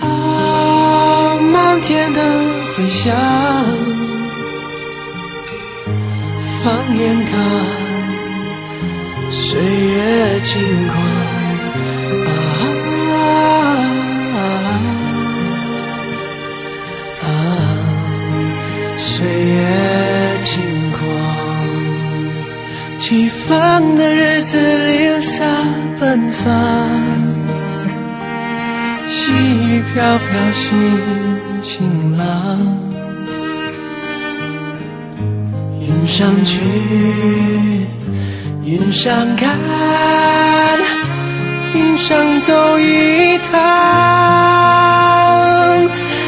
[SPEAKER 9] 啊，漫天的回响，放眼看，岁月轻狂。啊啊啊！岁月轻狂，起风的日子留下奔放。细雨飘飘，心晴朗。云上去，云上看，云上走一趟。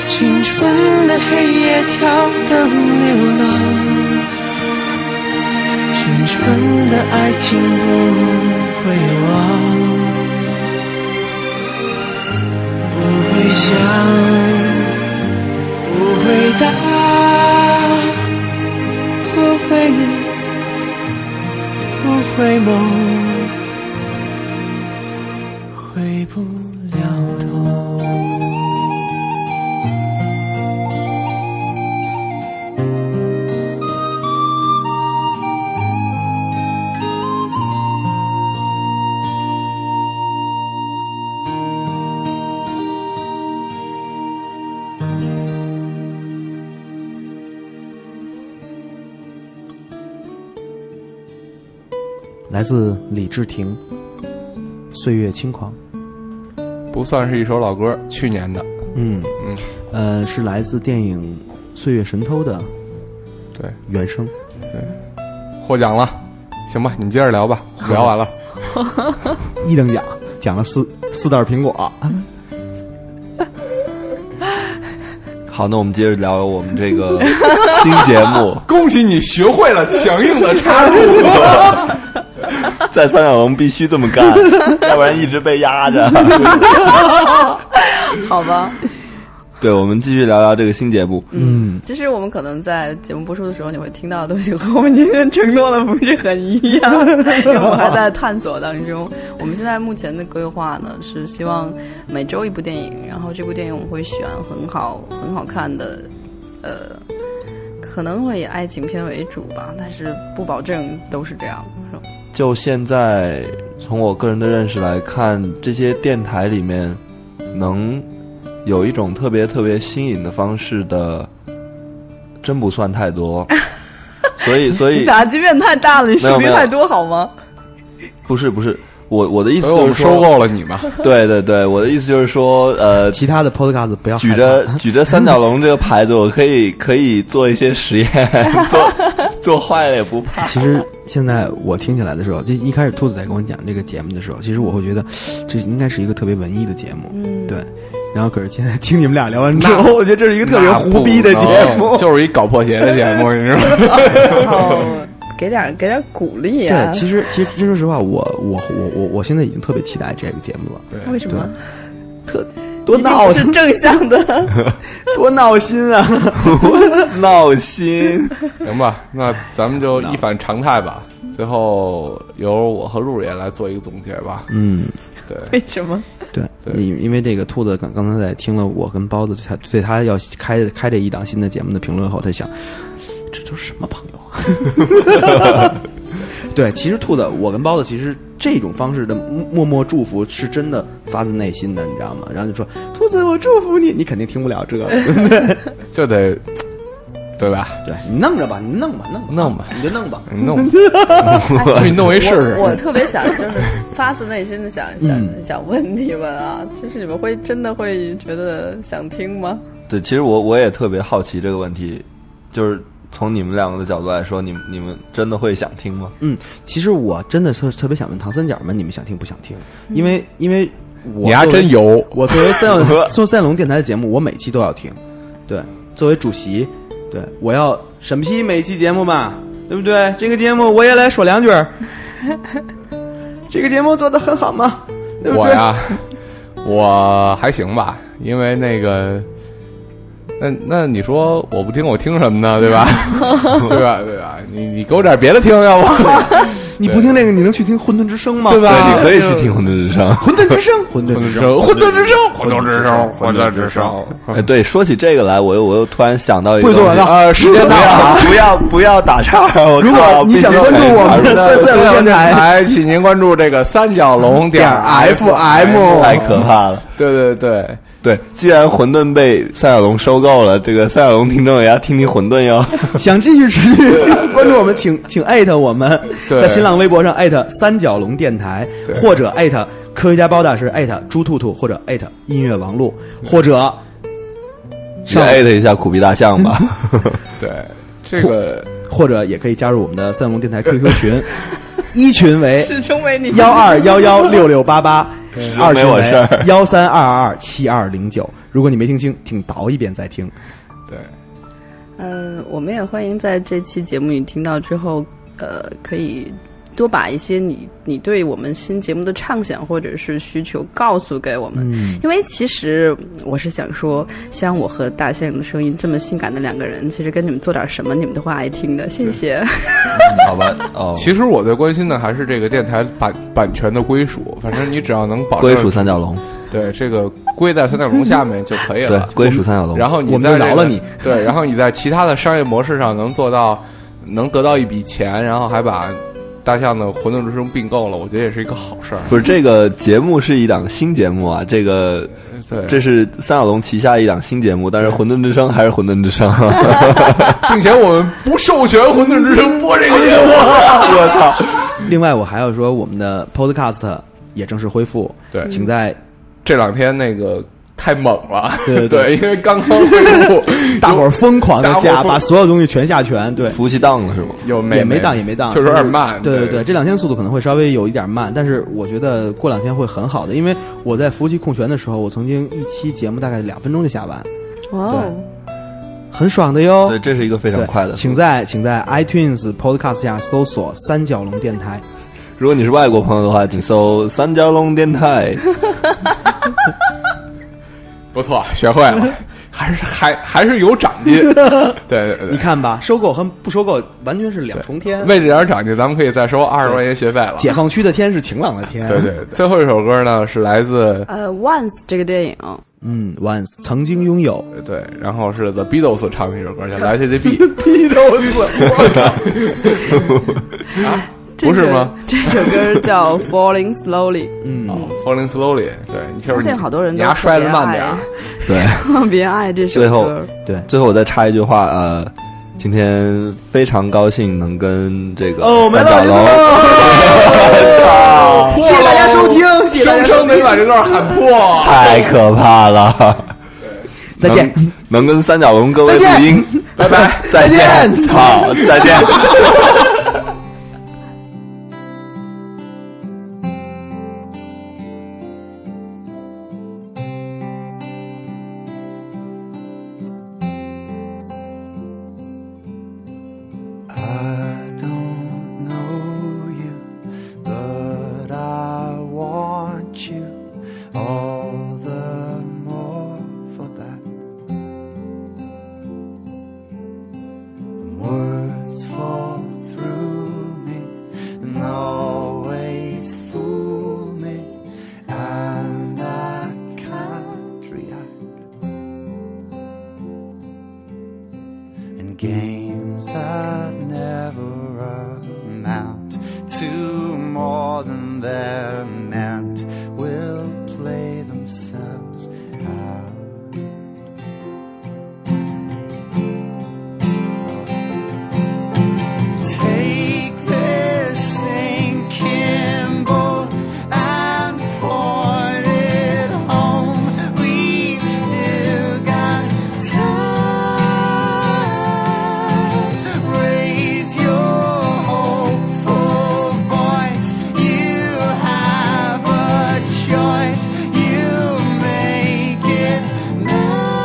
[SPEAKER 9] 青春的黑夜挑灯流浪，青春的爱情不会忘。不会想，不会答，不会，不会梦，回不了头。
[SPEAKER 6] 来自李治廷，《岁月轻狂》。
[SPEAKER 5] 不算是一首老歌，去年的，
[SPEAKER 6] 嗯
[SPEAKER 5] 嗯，
[SPEAKER 6] 呃，是来自电影《岁月神偷》的
[SPEAKER 5] 对，
[SPEAKER 6] 原声。
[SPEAKER 5] 获奖了。行吧，你们接着聊吧，聊完了。
[SPEAKER 6] 一等奖讲了四四袋苹果。
[SPEAKER 4] 好，那我们接着聊我们这个新节目，
[SPEAKER 5] 恭喜你学会了强硬的插入。
[SPEAKER 4] 在三角龙必须这么干，要不然一直被压着。
[SPEAKER 1] 好吧。
[SPEAKER 4] 对，我们继续聊聊这个新节目。
[SPEAKER 6] 嗯，
[SPEAKER 1] 其实我们可能在节目播出的时候，你会听到的东西和我们今天承诺的不是很一 样，因为我还在探索当中。我们现在目前的规划呢，是希望每周一部电影，然后这部电影我们会选很好、很好看的，呃，可能会以爱情片为主吧，但是不保证都是这样。是吧
[SPEAKER 4] 就现在，从我个人的认识来看，这些电台里面能有一种特别特别新颖的方式的，真不算太多。所以，所以
[SPEAKER 1] 打击面太大了，你
[SPEAKER 4] 没有
[SPEAKER 1] 手
[SPEAKER 4] 没
[SPEAKER 1] 臂
[SPEAKER 4] 有
[SPEAKER 1] 太多好吗？
[SPEAKER 4] 不是不是，我我的意思
[SPEAKER 5] 所以我
[SPEAKER 4] 就
[SPEAKER 5] 们
[SPEAKER 4] 是
[SPEAKER 5] 收
[SPEAKER 4] 说，
[SPEAKER 5] 购了你嘛？
[SPEAKER 4] 对对对，我的意思就是说，呃，
[SPEAKER 6] 其他的 podcast 不要害
[SPEAKER 4] 举
[SPEAKER 6] 怕
[SPEAKER 4] 着举着三角龙这个牌子，我可以可以做一些实验， 做做坏了也不怕。
[SPEAKER 6] 其实现在我听起来的时候，就一开始兔子在跟我讲这个节目的时候，其实我会觉得这应该是一个特别文艺的节目，
[SPEAKER 1] 嗯
[SPEAKER 6] 对。然后可是现在听你们俩聊完之 后，我觉得这是一个特别
[SPEAKER 5] 那
[SPEAKER 6] 胡逼的
[SPEAKER 5] 不
[SPEAKER 6] 节
[SPEAKER 5] 能
[SPEAKER 6] 目。
[SPEAKER 5] 就是一搞破鞋的节目，你知道吗？
[SPEAKER 1] 然后嗯给点给点鼓励
[SPEAKER 6] 对
[SPEAKER 1] 啊，！
[SPEAKER 6] 其实其实真说实话，我我我我我现在已经特别期待这个节目了，
[SPEAKER 5] 对
[SPEAKER 1] 为什么？
[SPEAKER 6] 多闹
[SPEAKER 1] 一 定是正向的。
[SPEAKER 6] 多闹心啊！
[SPEAKER 4] 闹心，
[SPEAKER 5] 行吧，那咱们就一反常态吧。最后由我和陆爷来做一个总结吧。
[SPEAKER 6] 嗯，
[SPEAKER 5] 对，
[SPEAKER 1] 为什么？
[SPEAKER 6] 对，
[SPEAKER 5] 对
[SPEAKER 6] 因因为这个兔子刚刚才在听了我跟包子对他对他要开开这一档新的节目的评论后，他想，这都是什么朋友啊？ 对，其实兔子，我跟包子其实这种方式的默默祝福是真的发自内心的，你知道吗？然后就说兔子，我祝福你，你肯定听不了这个，
[SPEAKER 5] 就得对吧？
[SPEAKER 6] 对你弄着吧，你弄吧，弄吧，
[SPEAKER 5] 弄吧，
[SPEAKER 6] 你就弄吧。
[SPEAKER 5] 你弄，你弄一试试。嗯
[SPEAKER 1] 我特别想，就是发自内心的想想想问你们啊，就是你们会真的会觉得想听吗？
[SPEAKER 4] 对，其实我我也特别好奇这个问题，就是从你们两个的角度来说，你们你们真的会想听吗？
[SPEAKER 6] 嗯，其实我真的特特别想问唐三角们，你们想听不想听？因为因为我
[SPEAKER 5] 嗯你还
[SPEAKER 6] 作为
[SPEAKER 5] 真有，
[SPEAKER 6] 我作为三角 做三角龙电台的节目，我每期都要听。对，作为主席，对我要审批每期节目嘛，对不对？这个节目我也来说两句儿。这个节目做的很好吗？对不
[SPEAKER 5] 我
[SPEAKER 6] 对？
[SPEAKER 5] 呀，我还行吧，因为那个，那那你说我不听，我听什么 呢？对吧？对吧？对吧？你你给我点别的听，要不？
[SPEAKER 6] 你不听这个，你能去听《混沌之声》吗？
[SPEAKER 5] 对吧
[SPEAKER 4] 对，你可以
[SPEAKER 5] 就
[SPEAKER 4] 去听《混沌之声》。
[SPEAKER 6] 混沌之声》，混沌之
[SPEAKER 5] 混沌之
[SPEAKER 6] 声。
[SPEAKER 5] 声，混沌之声，混沌之声，混沌之声。
[SPEAKER 4] 哎，对，说起这个来，我又我又突然想到一个
[SPEAKER 6] 会
[SPEAKER 4] 东
[SPEAKER 6] 做广
[SPEAKER 4] 西，
[SPEAKER 6] 告，
[SPEAKER 5] 呃，时间到了啊。
[SPEAKER 4] 不要不要打岔！我
[SPEAKER 6] 如
[SPEAKER 4] 靠
[SPEAKER 6] 果你想
[SPEAKER 4] 必须
[SPEAKER 6] 关注
[SPEAKER 4] 得
[SPEAKER 6] 我
[SPEAKER 4] 打
[SPEAKER 6] 们
[SPEAKER 5] 啊
[SPEAKER 4] 岔
[SPEAKER 6] 的三三角龙电台，
[SPEAKER 5] 来，请您关注这个三角龙 点儿 FM。
[SPEAKER 4] 太可怕了。
[SPEAKER 5] 对对对，
[SPEAKER 4] 对，既然混沌被赛小龙收购了，这个赛小龙听众也要听听混沌哟。
[SPEAKER 6] 想继续持 续关注我们，请请艾特我们，
[SPEAKER 5] 对
[SPEAKER 6] 在新浪微博上艾特三角龙电台，
[SPEAKER 5] 对
[SPEAKER 6] 或者艾特科学家包大师，艾特猪兔兔，或者艾特音乐王璐，或者
[SPEAKER 4] 去
[SPEAKER 6] 上
[SPEAKER 4] 艾特一下苦逼大象 吧。
[SPEAKER 5] 对，这个
[SPEAKER 6] 或者也可以加入我们 的三角龙电台 QQ 群，一群为
[SPEAKER 1] 始终为你
[SPEAKER 6] 哎幺二幺幺六六八八， 二
[SPEAKER 4] 没
[SPEAKER 6] 群
[SPEAKER 4] 我事儿
[SPEAKER 6] 为幺三二二二七二零九。如果你没听清，请倒一遍再听。
[SPEAKER 5] 对。
[SPEAKER 1] 嗯，我们也欢迎在这期节目你听到之后，呃，可以多把一些你你对我们新节目的畅想或者是需求告诉给我们，
[SPEAKER 6] 嗯
[SPEAKER 5] 嗯
[SPEAKER 1] 因为其实我是想说，像我和大象的声音这么性感的两个人，其实跟你们做点什么，你们都会爱听的。谢谢。
[SPEAKER 4] 好吧，哦，
[SPEAKER 5] 其实我最关心的还是这个电台版版权的归属，反正你只要能保证
[SPEAKER 4] 归属三角龙，
[SPEAKER 5] 对这个归在三角龙下面就可以
[SPEAKER 4] 对
[SPEAKER 5] 了，。
[SPEAKER 4] 归属三角龙。
[SPEAKER 5] 然后你
[SPEAKER 6] 我们就
[SPEAKER 5] 在
[SPEAKER 6] 饶
[SPEAKER 5] 这个
[SPEAKER 6] 了你，
[SPEAKER 5] 对，然后你在其他的商业模式上能做到，能得到一笔钱，然后还把大象的混沌之声并购了，我觉得也是一个好事儿。
[SPEAKER 4] 不是这个节目是一档新节目啊，这个
[SPEAKER 5] 对，
[SPEAKER 4] 这是三角龙旗下一档新节目，但是《混沌之声》还是《混沌之 声》。
[SPEAKER 5] 并且我们不授权混沌之声播这个节目。
[SPEAKER 4] 我操！
[SPEAKER 6] 另外，我还要说，我们的 Podcast 也正式恢复，
[SPEAKER 5] 对
[SPEAKER 6] 请在
[SPEAKER 5] 这两天那个太猛了，
[SPEAKER 6] 对对对
[SPEAKER 5] 因为刚刚恢 复，
[SPEAKER 6] 大伙儿疯狂的
[SPEAKER 5] 大伙儿
[SPEAKER 6] 下，
[SPEAKER 5] 疯
[SPEAKER 6] 把所有东西全下全，对，
[SPEAKER 4] 服务器当了是吗？
[SPEAKER 5] 有 没
[SPEAKER 6] 也没当也没当，
[SPEAKER 5] 就是有点慢。
[SPEAKER 6] 对
[SPEAKER 5] 对
[SPEAKER 6] 对，这两天速度可能会稍微有一点慢，但是我觉得过两天会很好的，因为我在服务器控权的时候，我曾经一期节目大概两分钟就下完，
[SPEAKER 1] 哇
[SPEAKER 6] 哦，很爽的哟。
[SPEAKER 4] 对，这是一个非常
[SPEAKER 6] 哦对
[SPEAKER 4] 快的。
[SPEAKER 6] 请在请在 iTunes Podcast 下搜索“三角龙电台
[SPEAKER 4] 如果你是外国朋友的话，请搜“三角龙电台
[SPEAKER 5] 不错，学会了，还是还还是有长 进。对对”。
[SPEAKER 6] 你
[SPEAKER 5] 对
[SPEAKER 6] 看吧，收购和不收购完全是两重天
[SPEAKER 5] 对，。为这点长进，咱们可以再收二十块钱学费了。
[SPEAKER 6] 解放区的天是晴朗的天。
[SPEAKER 5] 对对，对最后一首歌呢是来自
[SPEAKER 1] 呃，Once 这个电影，
[SPEAKER 6] 嗯，Once 曾经拥有，
[SPEAKER 5] 对，然后是 The Beatles 唱的一首歌叫《来 to the Beat》，
[SPEAKER 1] 这
[SPEAKER 5] 不是
[SPEAKER 1] 首
[SPEAKER 5] 吗？
[SPEAKER 1] 这首歌叫 Falling Slowly，
[SPEAKER 6] 嗯，
[SPEAKER 5] 哦，Falling Slowly，对 你听
[SPEAKER 1] 相
[SPEAKER 5] 着你，
[SPEAKER 1] 信好多人
[SPEAKER 5] 你
[SPEAKER 1] 都
[SPEAKER 5] 牙摔的
[SPEAKER 1] 特别
[SPEAKER 5] 慢点儿
[SPEAKER 1] 爱，
[SPEAKER 4] 对，
[SPEAKER 1] 特别爱这首
[SPEAKER 4] 最后
[SPEAKER 1] 歌。
[SPEAKER 6] 对。
[SPEAKER 4] 最后我再插一句话，呃，今天非常高兴能跟这个
[SPEAKER 6] 哦，没
[SPEAKER 4] 三
[SPEAKER 6] 办
[SPEAKER 4] 角
[SPEAKER 6] 法就这
[SPEAKER 4] 龙，
[SPEAKER 6] 么
[SPEAKER 5] 破
[SPEAKER 6] 多，
[SPEAKER 5] 了
[SPEAKER 6] 谢谢大家收听，谢谢大家
[SPEAKER 5] 生
[SPEAKER 6] 收
[SPEAKER 5] 生
[SPEAKER 6] 听
[SPEAKER 5] 得，把这段喊破。
[SPEAKER 4] 太可怕了。
[SPEAKER 6] 再见。
[SPEAKER 4] 能跟三角龙各位
[SPEAKER 6] 再见
[SPEAKER 4] 录音， 拜拜，再
[SPEAKER 6] 再
[SPEAKER 4] 见，好，再见。
[SPEAKER 10] I don't know you, but I want you all the more for that. And Words fall through me and always fool me, and I can't react. and games that never amount to more than they're meant will play themselves out. Take this sinking bowl and pour it home. We've still got time. Raise your hopeful voice. You have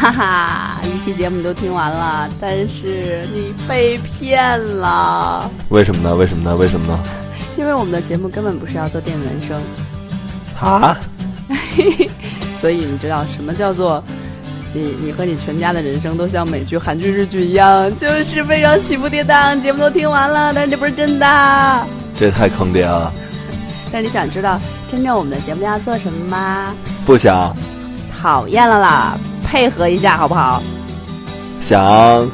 [SPEAKER 1] 哈哈，一期节目都听完了，但是你被骗了，
[SPEAKER 4] 为什么呢？为什么呢？为什么呢？
[SPEAKER 1] 因为我们的节目根本不是要做电原声，
[SPEAKER 4] 啊，
[SPEAKER 1] 所以你知道什么叫做你你和你全家的人生都像美剧、韩剧、日剧一样，就是非常起伏跌宕，节目都听完了，但是这不是真的。
[SPEAKER 4] 这也太坑爹了！
[SPEAKER 1] 但是你想知道真正我们的节目要做什么吗？
[SPEAKER 4] 不想
[SPEAKER 1] 讨厌了啦，配合一下好不好？
[SPEAKER 4] 想，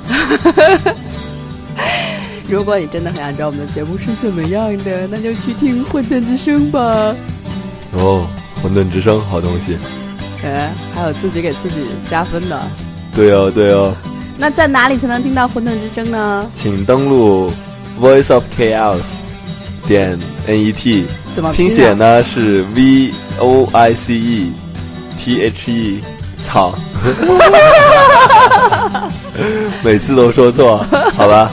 [SPEAKER 1] 如果你真的很想知道我们的节目是怎么样的，那就去听《混沌之声》吧。
[SPEAKER 4] 哦，混沌之声好东西。
[SPEAKER 1] 哎，还有自己给自己加分的。
[SPEAKER 4] 对哦，对哦，
[SPEAKER 1] 那在哪里才能听到《混沌之声》呢？
[SPEAKER 4] 请登录 voice of chaos 点 E net，
[SPEAKER 1] 怎么
[SPEAKER 4] 拼
[SPEAKER 1] 啊
[SPEAKER 4] 写？呢是 v o i c e t h e，操， 每次都说错，好吧，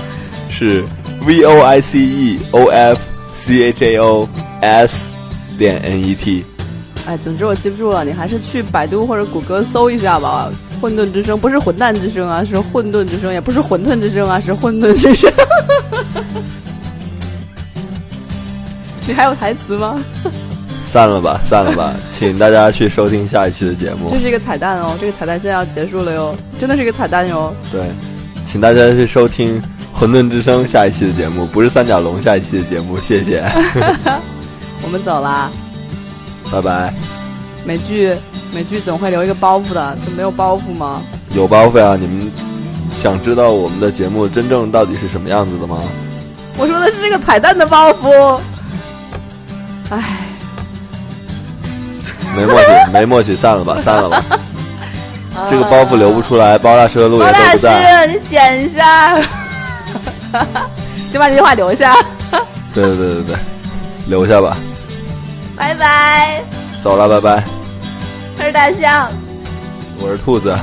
[SPEAKER 4] 是 v o i c e o f c h a o s 点 n e t。
[SPEAKER 1] 哎，总之我记不住了，你还是去百度或者谷歌搜一下吧。混沌之声不是混蛋之声啊，是混沌之声，也不是混沌之声啊，是混沌之 声。你还有台词吗？
[SPEAKER 4] 散了吧，散了吧，请大家去收听下一期的节目
[SPEAKER 1] 这。是一个彩蛋哦，这个彩蛋现在要结束了哟，真的是一个彩蛋哟。
[SPEAKER 4] 对，请大家去收听《混沌之声》下一期的节目，不是三角龙下一期的节目。谢谢，
[SPEAKER 1] 我们走啦，
[SPEAKER 4] 拜拜。
[SPEAKER 1] 美剧美剧总会留一个包袱的，就没有包袱吗？
[SPEAKER 4] 有包袱啊！你们想知道我们的节目真正到底是什么样子的吗？
[SPEAKER 1] 我说的是这个彩蛋的包袱。唉，
[SPEAKER 4] 没默契，没默契，散了吧，散了吧。这个包袱留不出来，包大师和陆
[SPEAKER 1] 呃包
[SPEAKER 4] 野都
[SPEAKER 1] 大
[SPEAKER 4] 不在。
[SPEAKER 1] 师，你剪一下， 就把这句话留下，
[SPEAKER 4] 对对对对对，留下吧，
[SPEAKER 1] 拜拜。
[SPEAKER 4] 走了，拜拜。
[SPEAKER 1] 我是大象。
[SPEAKER 4] 我是兔子。